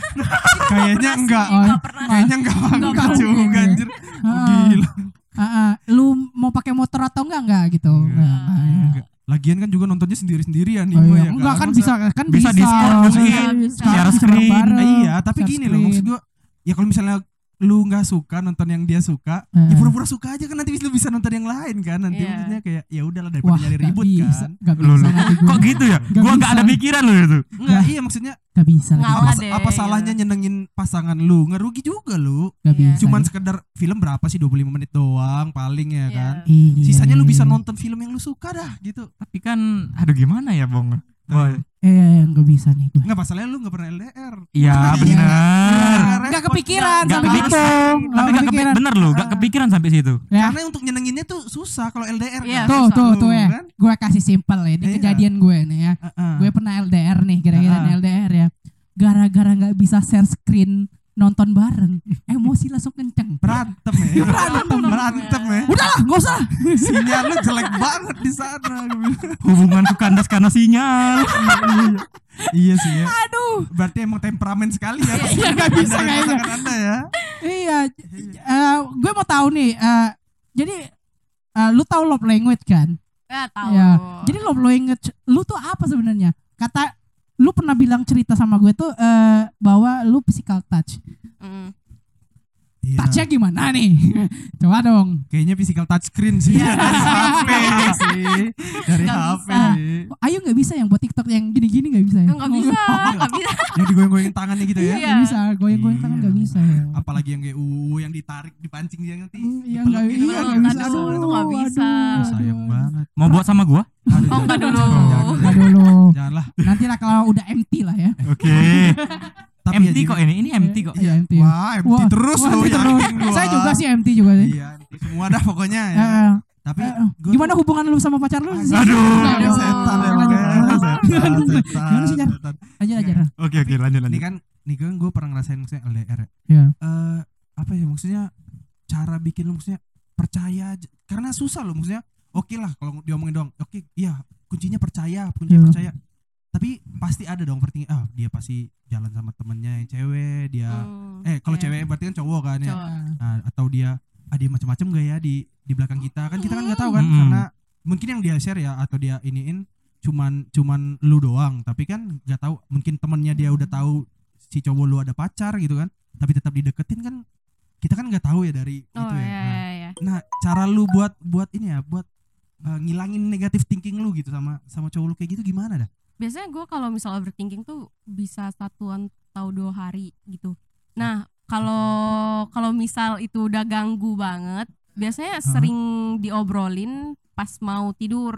S1: kayaknya
S3: Pernah sih,
S1: enggak.
S3: nggak ya. pernah.
S1: Kayaknya enggak banget
S2: banget.
S1: juga anjir.
S2: Ah.
S1: Gila.
S2: Ah, ah. lu mau pakai motor atau enggak enggak gitu.
S1: Enggak.
S2: Enggak, enggak.
S1: Enggak. Lagian kan juga nontonnya sendiri-sendirian nih
S2: Oh,
S1: gue
S2: iya.
S1: ya
S2: Enggak kan
S1: Masa-
S2: bisa kan
S4: bisa
S2: bisa.
S4: Discord
S1: ya?
S4: juga
S2: Iya,
S3: iya.
S2: bisa.
S4: Share
S2: Bisa
S4: screen.
S2: bareng-bareng.
S1: Eh, iya, tapi
S2: Share
S1: gini loh
S2: screen.
S1: maksud gue ya kalau misalnya lu nggak suka nonton yang dia suka, ya
S2: Eh.
S1: pura-pura suka aja kan nanti lu bisa nonton yang lain kan nanti
S3: Iya.
S1: maksudnya kayak ya udahlah daripada
S2: Wah,
S1: nyari
S2: ribut
S1: ribut
S2: bisa.
S1: kan.
S2: Enggak
S4: Lu,
S2: bisa.
S4: lu.
S2: lagi gua.
S4: Kok gitu ya?
S2: Nggak
S4: Gua nggak
S2: bisa.
S4: ada pikiran loh itu.
S1: Enggak,
S2: Lah.
S1: iya maksudnya
S2: Nggak bisa. lagi.
S3: Ngalah
S1: apa,
S3: deh,
S1: apa salahnya nyenengin pasangan lu? Ngerugi juga lu.
S2: Nggak
S3: Iya.
S2: bisa.
S1: Cuman sekedar film berapa sih 25 menit doang paling ya
S3: Iya.
S1: kan.
S2: Iya.
S1: Sisanya lu bisa nonton film yang lu suka dah gitu.
S4: Tapi kan aduh gimana ya, Bong? Wah,
S2: Eh, enggak bisa nih gue.
S1: Enggak masalahnya lu enggak pernah LDR.
S4: iya
S1: Iya.
S4: benar.
S2: Enggak kepikiran
S4: Nggak
S2: sama itu.
S4: kepikiran. Tapi
S2: Nggak
S4: gak kepikiran.
S2: kepikiran.
S4: bener loh, gak kepikiran sampai situ.
S2: Ya.
S1: Karena untuk nyenenginnya tuh susah kalau LDR
S3: Iya,
S1: kan.
S2: Tuh,
S1: Susah
S2: tuh,
S1: lu,
S2: tuh ya.
S1: kan?
S2: Gue kasih simpel ya. Ini
S1: Iya.
S2: kejadian gue nih ya.
S1: Heeh.
S2: Gue pernah LDR nih, kira-kira
S1: Ah.
S2: LDR ya. Gara-gara nggak bisa share screen nonton bareng emosi langsung kenceng
S1: berantem ya
S2: Iya,
S1: berantem berantem ya
S2: udahlah nggak usah lah.
S1: sinyal lu jelek banget di sana Gua bilang,
S4: Hubungan ke kandas karena sinyal.
S1: iya sih ya
S2: aduh Iya,
S1: berarti emang temperamen sekali ya nggak bisa
S2: kayaknya.
S1: rasakan anda ya
S2: iya j- j- eh, gue mau tahu nih eh, jadi eh, lu tahu love language kan
S3: Ya, tahu.
S2: Ya. jadi love language lu tuh apa sebenarnya kata lu pernah bilang cerita sama gue tuh eh, bahwa lu physical touch
S3: Mm.
S1: Iya.
S2: touchnya gimana nih coba dong
S1: kayaknya physical touch screen sih
S2: Iya,
S1: dari HP sih dari
S3: Nggak
S1: HP
S3: bisa.
S1: sih
S2: Ayo nggak bisa yang buat TikTok yang gini-gini nggak bisa ya?
S3: Nggak bisa, nggak bisa.
S1: yang digoyang-goyangin tangannya gitu ya
S2: Iya nggak
S3: Iya.
S2: bisa, goyang-goyang tangan
S1: Iya.
S2: nggak bisa. ya.
S1: apalagi yang kayak uu yang ditarik dipancing dia nanti
S2: Hmm, Iya
S1: dipeluk
S2: nggak
S1: gitu
S2: iya,
S1: kan,
S3: Aduh,
S2: nggak
S1: nggak
S2: bisa.
S3: aduh, itu nggak
S2: Aduh,
S3: bisa.
S2: aduh,
S1: sayang
S2: aduh.
S1: banget
S4: Mau buat sama gua?
S1: Aduh,
S3: Oh, nggak
S1: jangan,
S3: dulu.
S1: jangan,
S2: Nggak
S1: jangan.
S2: dulu.
S1: jangan lah
S2: Nanti lah kalau udah MT lah ya.
S4: Oke.
S1: tapi
S4: MT
S1: ya
S4: kok
S1: juga-
S4: ini. Ini MT kok.
S2: Iya MT.
S1: wah MT
S2: Wah,
S1: terus
S2: wah,
S1: lu
S2: MT terus.
S1: yakin gua.
S2: Saya juga sih MT juga sih.
S1: iya MT semua dah pokoknya
S2: Eh,
S1: ya
S2: eh,
S1: tapi
S2: eh, eh.
S1: gua
S2: Gimana hubungan lu sama pacar lu?
S1: Aduh,
S2: sih?
S4: Aduh.
S1: Aduh, setan emang ya, setan, setan,
S2: Gimana sih, Jar?
S1: setan.
S2: Aja aja.
S1: Iya.
S2: Ra.
S4: Oke oke lanjut
S1: Ini
S4: lanjut.
S1: kan, ini kan gue pernah ngerasain maksudnya LDR ya.
S2: Iya.
S1: Eh, apa ya maksudnya cara bikin lu maksudnya percaya aja. karena susah loh maksudnya. Oke lah kalau diomongin doang. Oke, iya kuncinya percaya, kuncinya
S2: Iya.
S1: percaya. Tapi pasti ada dong overthinking. Ah, dia pasti jalan sama temennya yang cewek, dia
S3: Mm.
S1: eh kalau
S3: Iya.
S1: cewek berarti kan cowok kan ya.
S3: Cowok.
S1: Nah, atau dia ada macam-macam gak ya di di belakang kita kan kita kan nggak tahu kan
S4: Mm.
S1: karena mungkin yang dia share ya atau dia iniin cuman cuman lu doang tapi kan nggak tahu mungkin temennya dia udah tahu si cowok lu ada pacar gitu kan tapi tetap dideketin kan kita kan nggak tahu ya dari
S3: Oh,
S1: itu ya
S3: iya,
S1: Nah,
S3: iya, iya.
S1: nah, cara lu buat buat ini ya buat eh, ngilangin negatif thinking lu gitu sama sama cowok lu kayak gitu gimana dah
S3: biasanya gue kalau misal overthinking tuh bisa satuan atau dua hari gitu nah kalau kalau misal itu udah ganggu banget
S1: Hah?
S3: biasanya sering diobrolin pas mau tidur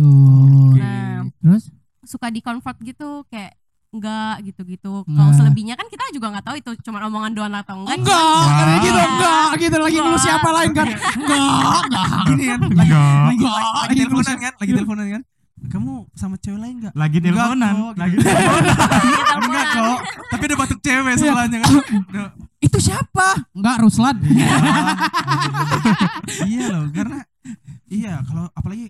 S2: Tidur.
S3: nah
S2: Terus?
S3: suka di comfort gitu kayak enggak gitu-gitu kalau
S2: Nah.
S3: selebihnya kan kita juga nggak tahu itu cuman omongan doang atau enggak
S2: Enggak,
S4: Wah.
S2: kayak gitu enggak, gitu lagi
S3: Wah.
S2: lu siapa lain kan? Enggak, enggak.
S1: gini kan lagi,
S4: Enggak.
S1: lagi, lagi, lagi
S2: Gitu
S1: teleponan
S2: maksudnya.
S1: kan lagi teleponan kan kamu sama cewek lain nggak
S4: Lagi
S1: Enggak
S4: teleponan.
S1: kok, gitu.
S4: Lagi.
S1: enggak kok tapi ada batuk cewek sebelahnya kan Duh,
S2: Itu siapa? Enggak, Ruslan.
S1: iya loh karena iya kalau apalagi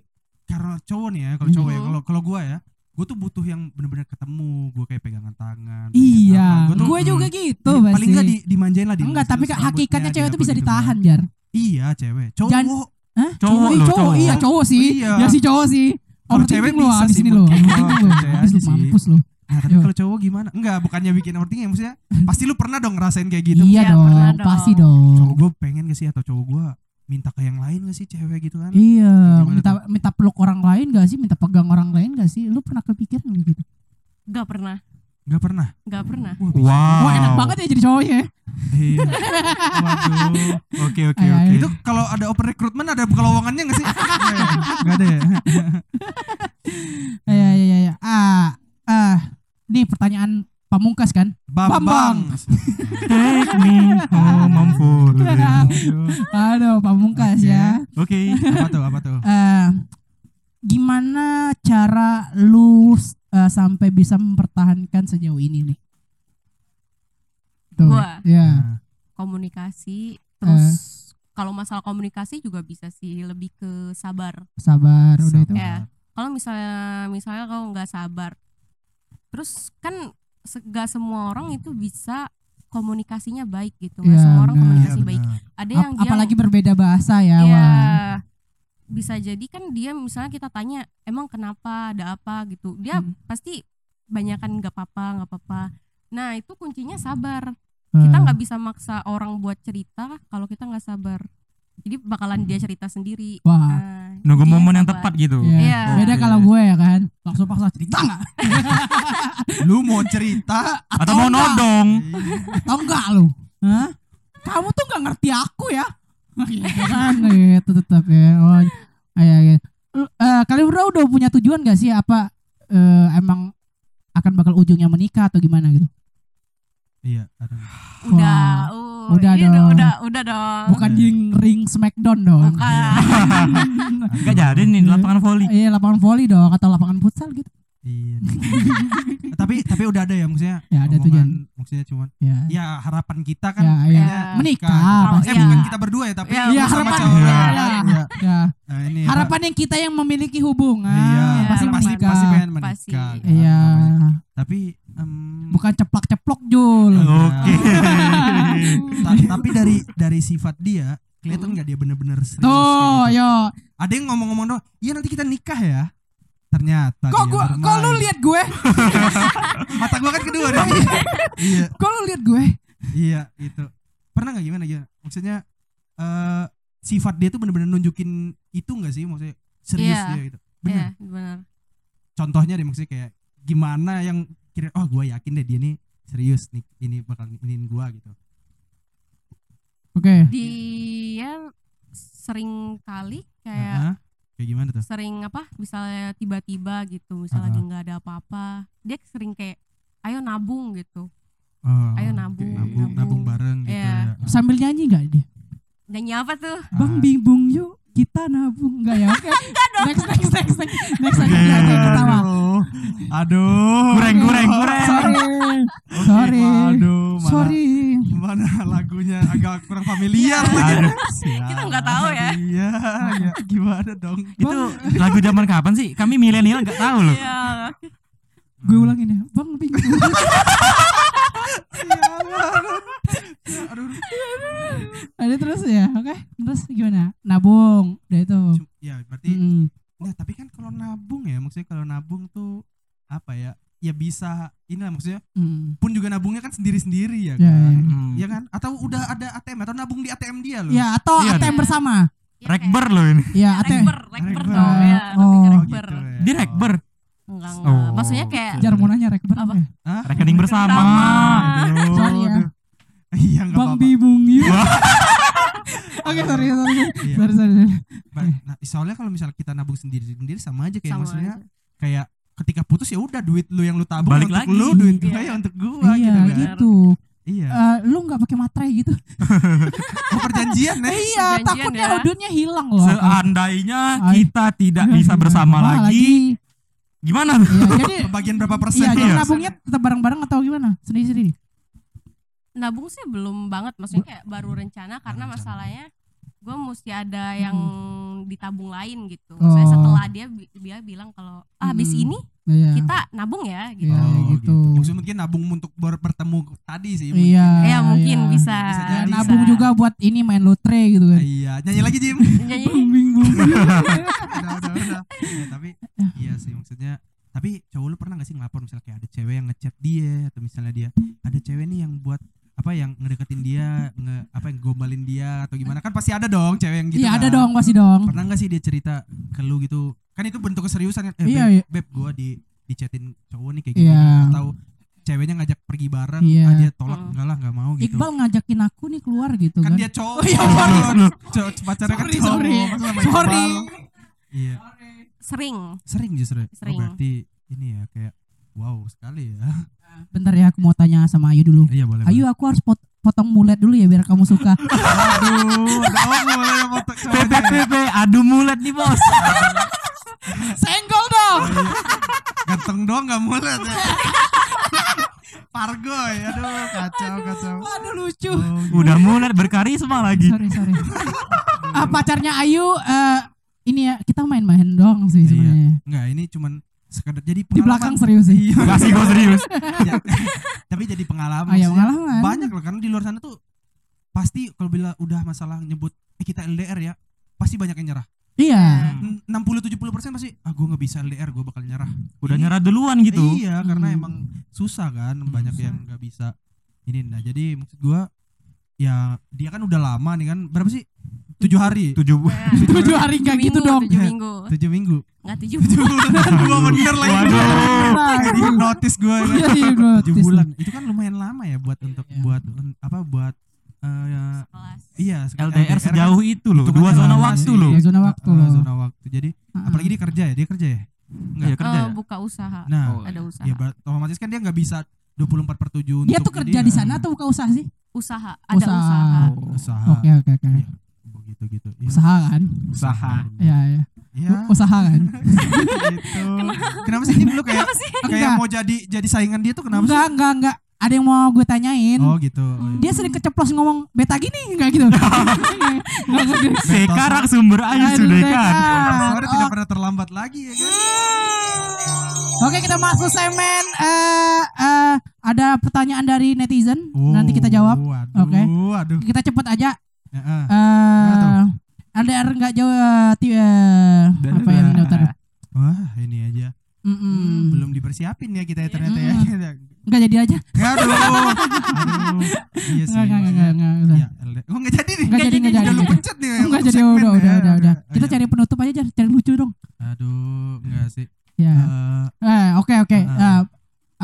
S1: karena cowok nih ya kalau cowok ya
S2: Iya.
S3: Mhm.
S1: kalau kalau gue ya gue tuh butuh yang benar-benar ketemu gue kayak pegangan tangan
S2: Iya,
S1: gue tuh
S2: gue juga gitu
S1: Iya, paling
S2: pasti.
S1: nggak di, dimanjain lah di
S2: Enggak, tapi
S1: rambutnya,
S2: hakikatnya cewek itu
S1: di
S2: bisa
S1: apa gitu kan.
S2: ditahan, Jar.
S1: iya cewek cowok
S2: Jangan- Hah?
S4: Cowok
S2: Ih,
S4: loh,
S2: cowok.
S4: cowok.
S2: Iya, cowok sih.
S1: Iya.
S2: Ya sih cowok sih.
S1: Kalau
S2: Overthinking
S1: cewek
S2: lu
S1: bisa
S2: habis
S1: sih,
S2: ini
S1: mungkin.
S2: lu. Overthinking lu.
S1: Kalau cewek
S2: Habis lu
S1: aja sih.
S2: mampus lu.
S1: nah tapi
S2: Iya.
S1: kalau cowok gimana enggak bukannya bikin overthinking ya, maksudnya pasti lu pernah dong ngerasain kayak gitu
S2: Iya
S3: Iya, pernah
S2: dong,
S3: dong.
S2: pasti dong.
S1: cowok gue pengen gak sih atau cowok gue minta ke yang lain gak sih cewek gitu kan
S2: Iya,
S1: Gimana
S2: minta minta peluk orang lain gak sih? Minta pegang orang lain gak sih? Lu pernah kepikiran gitu?
S3: nggak pernah
S1: nggak pernah
S3: nggak pernah
S1: Wah, bisa.
S4: Wow.
S2: Wah,
S1: Oh.
S2: enak banget ya jadi cowoknya.
S1: Iya. Waduh.
S4: Oke oke
S2: Ayo,
S4: oke.
S2: ayo.
S1: Itu kalau ada open recruitment ada buka lowongannya gak sih? Enggak ada ya?
S2: Iya, iya, iya, iya. Ah, ah. Nih pertanyaan pamungkas kan? Bambang.
S1: Bambang.
S4: Take me home I'm full.
S2: Aduh, pamungkas
S1: Oke.
S2: ya.
S4: Oke.
S1: apa tuh? Apa tuh?
S2: Eh, gimana cara lu eh, sampai bisa mempertahankan sejauh ini nih? Tuh,
S3: Gua?
S2: Ya.
S1: Nah,
S3: komunikasi terus
S2: Hmm.
S3: kalau masalah komunikasi juga bisa sih lebih ke sabar
S2: Sabar udah itu.
S3: Ya. kalau misalnya misalnya kau nggak sabar terus kan se- nggak semua orang itu bisa komunikasinya baik gitu nggak
S2: Iya,
S3: semua orang
S2: benar.
S1: Iya,
S3: komunikasi baik
S1: benar.
S3: ada yang
S2: Ap-
S3: dia
S2: apalagi berbeda bahasa ya,
S3: Iya.
S2: Wan.
S3: bisa jadi kan dia misalnya kita tanya emang kenapa ada apa gitu dia
S2: Hmm.
S3: pasti banyakan nggak apa-apa nggak apa-apa nah itu kuncinya sabar
S2: Eh,
S3: kita nggak bisa maksa orang buat cerita kalau kita nggak sabar jadi bakalan dia cerita sendiri
S2: Wah.
S3: Nah,
S4: Nunggu
S3: jadi
S4: momen yang
S3: sabar.
S4: tepat gitu.
S2: Iya.
S3: Iya.
S2: Beda
S1: Oke.
S2: kalau gue ya kan, langsung paksa cerita nggak?
S1: Lu mau cerita?
S4: Atau mau
S2: enggak?
S4: nodong.
S2: Atau enggak lu? Hah? Kamu tuh nggak ngerti aku ya? Gitu kan, gitu tetap ya. Oh, iya, iya. Lu, eh, kalian berdua udah punya tujuan gak sih apa eh, emang akan bakal ujungnya menikah atau gimana gitu?
S1: Iya, aduh.
S3: udah uh,
S2: Udah
S3: ini
S2: dong.
S3: udah udah dong Ah, iya,
S2: Bukan di ring smackdown dong.
S3: Bukan.
S4: Enggak jadi nih di lapangan volley.
S2: Iya lapangan voli dong atau lapangan futsal gitu.
S1: Iya. tapi tapi udah ada ya maksudnya.
S2: Ya, ada
S1: omongan,
S2: tujuan.
S1: Maksudnya cuman
S2: ya
S1: ya harapan kita
S2: ya,
S1: kan
S2: ya.
S1: pengennya
S3: Ya.
S2: menikah
S1: nikah.
S2: pasti.
S1: Eh
S3: Iya.
S1: bukan kita berdua ya tapi
S3: Iya,
S1: sama
S2: ya
S1: sama
S2: harapan
S1: cowok.
S2: ya,
S1: Iya.
S2: ya. ya.
S1: Nah, ini
S2: harapan yang kita yang memiliki hubungan
S1: Iya,
S2: pasti
S1: pasti pasti,
S2: menikah
S1: pengen menikah.
S3: Pasti.
S1: kan,
S2: iya
S1: namanya. Tapi em,
S2: bukan ceplak ceplok jul
S4: Oke.
S1: ta- tapi dari dari sifat dia kelihatan nggak dia bener-bener
S2: Oh,
S1: serius.
S2: tuh
S1: kayak gitu.
S2: yo
S1: Ada yang ngomong-ngomong doang, "Iya nanti kita nikah ya." Ternyata
S2: kok
S1: dia
S2: gua
S1: bermain.
S2: kok lu lihat gue
S1: mata gua kan kedua deh. iya,
S2: kok lu lihat gue
S1: iya itu. Pernah nggak gimana ya? Maksudnya eh sifat dia tuh bener-bener nunjukin itu nggak sih maksudnya serius
S3: Iya.
S1: dia gitu. Bener.
S3: Iya, benar.
S1: Contohnya deh maksudnya kayak gimana yang kira oh gua yakin deh dia nih serius nih ini bakal ingin gua gitu.
S2: oke
S3: Dia ya, sering kali
S2: Iya.
S3: kayak
S1: Heeh. Kayak gimana tuh?
S3: sering apa misalnya tiba-tiba gitu
S1: Ah.
S3: misalnya lagi nggak ada apa-apa dia sering kayak ayo nabung gitu
S1: Oh,
S3: Ayo
S1: oke.
S3: nabung,
S1: nabung,
S3: nabung.
S1: nabung bareng gitu
S3: Iya.
S1: ya.
S2: sambil nyanyi nggak dia
S3: nyanyi apa tuh
S4: Ah.
S2: bang bingung yuk kita nabung nggak ya oke next next next next next next
S1: Oke.
S2: Oke, ketawa
S1: Aduh. Aduh.
S4: Kurang, kurang, kurang.
S2: sorry
S1: Oke,
S2: Sorry.
S1: Aduh, mana,
S2: sorry
S1: Mana lagunya agak kurang familiar.
S4: Aduh.
S3: Kita nggak tahu ya.
S1: Iya, ya, gimana dong?
S4: Itu lagu zaman kapan sih? Kami milenial nggak tahu loh.
S3: ya
S2: gue ulangin ya bang bingung iya.
S1: Aduh.
S2: ada terus ya oke terus gimana nabung udah itu
S1: Cum- Ya, berarti
S2: Mm-mm.
S1: nah, tapi kan kalau nabung ya, maksudnya kalau nabung tuh apa ya? Ya bisa inilah maksudnya
S2: Mm.
S1: pun juga nabungnya kan sendiri-sendiri ya
S2: Ya,
S1: kan.
S4: Hmm.
S1: Iya kan? Atau udah ada ATM atau nabung di ATM dia loh.
S2: ya atau
S4: Iya,
S2: ATM
S3: deh.
S2: bersama
S3: Ya,
S4: Rekber loh ini.
S2: ya ATM
S3: rekber rekber
S1: Rekber.
S3: dong ya
S2: Oh,
S3: lebih
S1: Oh,
S3: ke rekber
S1: gitu ya.
S4: Dia rekber.
S3: enggak
S4: Oh,
S3: enggak maksudnya kayak
S4: oke.
S2: jar mau nanya rekber
S3: Apa?
S2: apa ya?
S1: Hah?
S4: Rekening bersama. Gitu.
S1: Aduh,
S2: Sorry ya.
S1: aduh. Iya enggak
S2: bang
S1: apa-apa.
S2: bingung yuk
S4: Wah.
S2: oke sorry sorry
S1: Iya.
S2: sorry sorry sorry.
S1: Ba- Nah, soalnya kalau misalnya kita nabung sendiri-sendiri sama aja kayak
S3: sama
S1: maksudnya
S3: aja.
S1: kayak ketika putus ya udah duit lu yang lu tabung
S4: Balik
S1: untuk
S4: lagi.
S1: lu, duit gue
S3: Iya.
S1: ya untuk gua gitu
S2: iya
S1: kan.
S2: gitu
S1: Iya.
S2: Eh, lu nggak pakai materai gitu
S1: Oh, perjanjian ya.
S2: iya
S3: perjanjian
S2: takutnya
S3: Eh, ya.
S2: odonnya hilang loh
S1: ah,
S4: Seandainya
S2: Ay.
S4: kita tidak bisa bersama
S2: Wah,
S4: lagi, gimana tuh?
S2: Iya, jadi
S1: Pembagian berapa persen?
S2: iya jadi
S4: Iya.
S2: nabungnya tetap bareng-bareng atau gimana sendiri sendiri
S3: nabung sih belum banget maksudnya kayak baru rencana karena
S1: rencana.
S3: masalahnya gue mesti ada yang ditabung lain gitu
S2: Oh.
S3: saya setelah dia bi- dia bilang kalau ah, habis
S2: Mm-mm.
S3: ini
S2: iya
S3: kita nabung ya gitu
S2: Iya,
S1: Oh,
S2: gitu.
S1: gitu. Maksudnya mungkin nabung untuk baru bertemu tadi sih. mungkin.
S2: iya
S3: ya mungkin
S2: iya.
S3: bisa,
S1: Bisa
S2: Ya,
S1: jadi.
S2: nabung
S3: Bisa.
S2: juga buat ini main lotre gitu kan
S1: Iya, nyanyi lagi Jim.
S3: Nyanyi.
S2: bingung
S1: udah, udah, udah. Ya, tapi iya sih maksudnya. Tapi cowok lu pernah gak sih ngelapor misalnya kayak ada cewek yang ngechat dia atau misalnya dia ada cewek nih yang buat apa yang ngedeketin dia, nge, apa yang gombalin dia atau gimana kan pasti ada dong cewek yang gitu.
S2: iya
S1: kan.
S2: ada dong pasti dong
S1: Pernah gak sih dia cerita ke lu gitu? Kan itu bentuk keseriusan kan. Eh,
S2: Iya,
S1: beb,
S2: iya.
S1: beb, gua di dicetin cowok nih kayak gitu.
S2: iya
S1: atau ceweknya ngajak pergi bareng
S2: Iya.
S1: ah, dia tolak
S3: Mm.
S1: enggak lah enggak mau gitu
S2: Iqbal ngajakin aku nih keluar gitu
S1: kan
S2: kan.
S1: dia cowok
S2: Oh, iya, sorry.
S1: cowok pacarnya kan
S2: Sorry,
S1: cowok
S2: sorry.
S1: masa sama
S2: Sorry.
S1: Iqbal. iya
S3: sering
S1: sering justru ya?
S3: Sering.
S1: Oh, berarti ini ya kayak wow sekali ya
S2: Bentar ya aku mau tanya sama Ayu dulu.
S1: iya boleh
S2: Ayu aku harus pot- potong mulet dulu ya biar kamu suka.
S1: aduh oh boleh foto cowoknya ya.
S4: PPPP, aduh mulet nih bos.
S2: Ah, Senggol dong.
S1: ganteng doang nggak mulut ya Pargo ya, aduh kacau kacau.
S2: Aduh lucu.
S1: Oh, gitu.
S4: Udah mulet berkarisma lagi.
S2: Sorry sorry. Ah, pacarnya Ayu eh, ini ya kita main-main doang sih
S1: Iya.
S2: sebenarnya.
S1: Nggak, ini cuman sekedar jadi
S2: Di belakang serius sih.
S1: Iya.
S4: Kasih gue serius.
S1: Ya, tapi jadi pengalaman.
S2: Ah, ya,
S1: maksudnya.
S2: pengalaman.
S1: Banyak loh karena di luar sana tuh pasti kalau bila udah masalah nyebut eh, kita LDR ya, pasti banyak yang nyerah.
S2: Iya.
S1: N- 60-70% pasti ah gue nggak bisa LDR, gue bakal nyerah.
S4: Udah
S1: Ini-
S4: nyerah duluan gitu.
S1: Iya, karena
S2: Hmm.
S1: emang susah kan banyak
S4: susah.
S1: yang nggak bisa. Ini nah jadi maksud gua ya dia kan udah lama nih kan. Berapa sih? 7 hari.
S4: Tujuh bulan.
S3: Ya,
S2: Tujuh hari nggak
S3: minggu,
S2: gitu dong.
S3: tujuh minggu
S1: 7 minggu.
S3: nggak tujuh bulan
S1: Gua bener lagi.
S4: Waduh.
S1: Di Iya, notice gue kan.
S2: Iya, iya,
S1: tujuh
S2: notice.
S1: bulan itu kan lumayan lama ya buat untuk
S2: iya.
S1: buat un- apa buat eh, ya,
S3: kelas
S1: iya sekali
S4: LDR sejauh itu loh.
S1: Hitungannya
S4: Dua zona
S1: lama
S4: waktu
S1: sih.
S4: loh.
S2: Iya, zona waktu
S1: eh,
S2: loh.
S1: zona waktu jadi
S2: Ah.
S1: apalagi dia kerja ya dia kerja ya enggak
S4: Iya kerja.
S3: Eh, buka usaha
S1: nah
S4: Oh,
S3: ada usaha
S1: ya ber- otomatis kan dia nggak bisa 24 per 7
S2: iya. Dia tuh kerja
S1: kan.
S2: di sana atau buka usaha sih?
S3: usaha ada
S2: Usaha.
S3: usaha,
S4: ya?
S1: Oh, usaha
S2: Oke oke oke.
S1: Iya. begitu gitu
S2: Usaha kan?
S4: Usaha.
S2: Iya iya.
S1: ya
S2: usaha kan
S1: gitu. Kenapa sih ini lu kayak
S3: Kenapa sih?
S1: kayak mau jadi jadi saingan dia tuh kenapa sih?
S2: enggak enggak enggak ada yang mau gue tanyain
S1: Oh gitu. Oh, iya.
S2: dia sering keceplos ngomong beta gini enggak gitu Enggak ngerti.
S4: Sekarang sumber
S2: Aduh,
S4: aja sudah
S2: Deka.
S4: kan.
S1: Sorry
S2: Oh,
S1: tidak pernah terlambat lagi ya kan.
S2: Oke kita masuk semen eh eh, ada pertanyaan dari netizen
S1: Oh.
S2: nanti kita jawab
S1: Waduh,
S2: Oke.
S1: Waduh.
S2: kita cepet aja
S1: Heeh. Gimana tuh?
S2: eh LDR nggak jauh eh, ti- eh, apa yang di utara
S1: Wah, ini aja. Hmm,
S2: Mm-mm.
S1: belum dipersiapin
S2: Iya.
S1: ya kita ya ternyata ya.
S2: Hmm. nggak jadi aja
S1: Aduh. Aduh. Iya sih.
S2: nggak nggak nggak nggak
S1: maksudnya.
S2: nggak usah.
S1: Iya, LDR. Oh, enggak jadi nih.
S2: Nggak jadi, nggak
S1: Udah
S2: jadi.
S1: lu pencet nih.
S2: nggak
S1: untuk
S2: jadi
S1: segmen
S2: udah
S1: ya.
S2: udah udah udah
S1: Oh,
S2: kita
S1: iya.
S2: cari penutup aja Jar. cari lucu dong
S1: Aduh, enggak sih.
S2: ya
S1: Eh,
S2: eh oke oke
S1: Ah.
S2: eh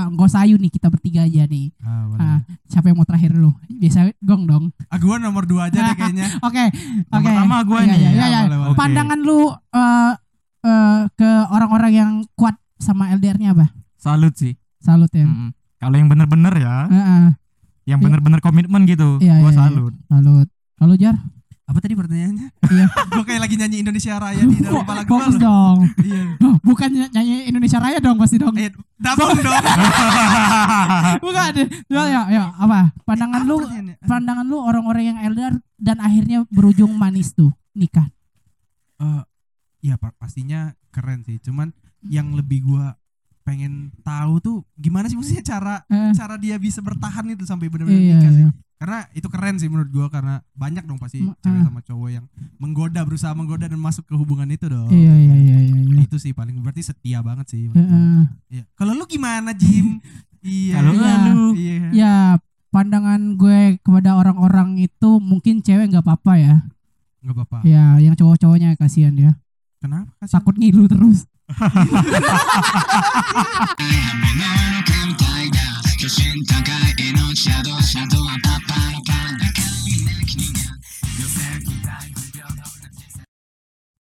S2: eh, nggak sayu nih kita bertiga aja nih
S1: ah, boleh.
S2: Ah, siapa yang mau terakhir dulu biasa gong dong
S1: Ah, gua nomor dua aja deh kayaknya.
S2: Oke,
S4: Yang
S2: oke.
S4: pertama gua
S2: Iya,
S4: nih.
S2: iya, iya,
S1: Ya,
S2: iya.
S1: boleh, boleh.
S2: Pandangan lu eh, eh, ke orang-orang yang kuat sama LDR-nya apa?
S4: Salut sih.
S2: Salut ya.
S1: Hmm.
S2: Eh,
S4: Mm-mm. Kalau yang bener-bener ya,
S2: Heeh,
S4: yang bener-bener komitmen gitu,
S2: Iya, iya,
S4: gua
S2: iya.
S4: salut.
S2: salut. Kalau Jar,
S1: Apa tadi pertanyaannya?
S2: Iya.
S1: gua kayak lagi nyanyi Indonesia Raya di dalam kepala gua.
S2: fokus
S1: loh.
S2: dong.
S1: Iya.
S2: Huh, Bukan ny- nyanyi Indonesia Raya dong pasti dong.
S1: Eh, dapung dong.
S2: Bukan. Ya, ya, ya, apa? Pandangan lu,
S1: Ah. Apa pertanyaannya?
S2: pandangan lu orang-orang yang LDR dan akhirnya berujung manis tuh nikah.
S1: Eh, ya pa- pastinya keren sih. Cuman yang lebih gua pengen tahu tuh gimana sih maksudnya cara
S2: Eh,
S1: cara dia bisa bertahan itu sampai benar-benar
S2: iya,
S1: nikah sih.
S2: iya.
S1: Karena itu keren sih menurut gua karena banyak dong pasti
S2: Ma-
S1: cewek
S2: ah.
S1: sama cowok yang menggoda berusaha menggoda dan masuk ke hubungan itu dong.
S2: Iya, iya, iya, iya. iya.
S1: Itu sih paling berarti setia banget sih.
S2: Heeh.
S1: Iya. Kalau lu gimana Jim? iya.
S4: Kalau
S2: Iya.
S4: lu
S1: Iya.
S2: Ya, pandangan gue kepada orang-orang itu mungkin cewek nggak apa-apa ya.
S1: Enggak apa-apa.
S2: Ya, yang cowok-cowoknya kasihan ya.
S1: Kenapa kasih?
S2: Takut ngilu terus.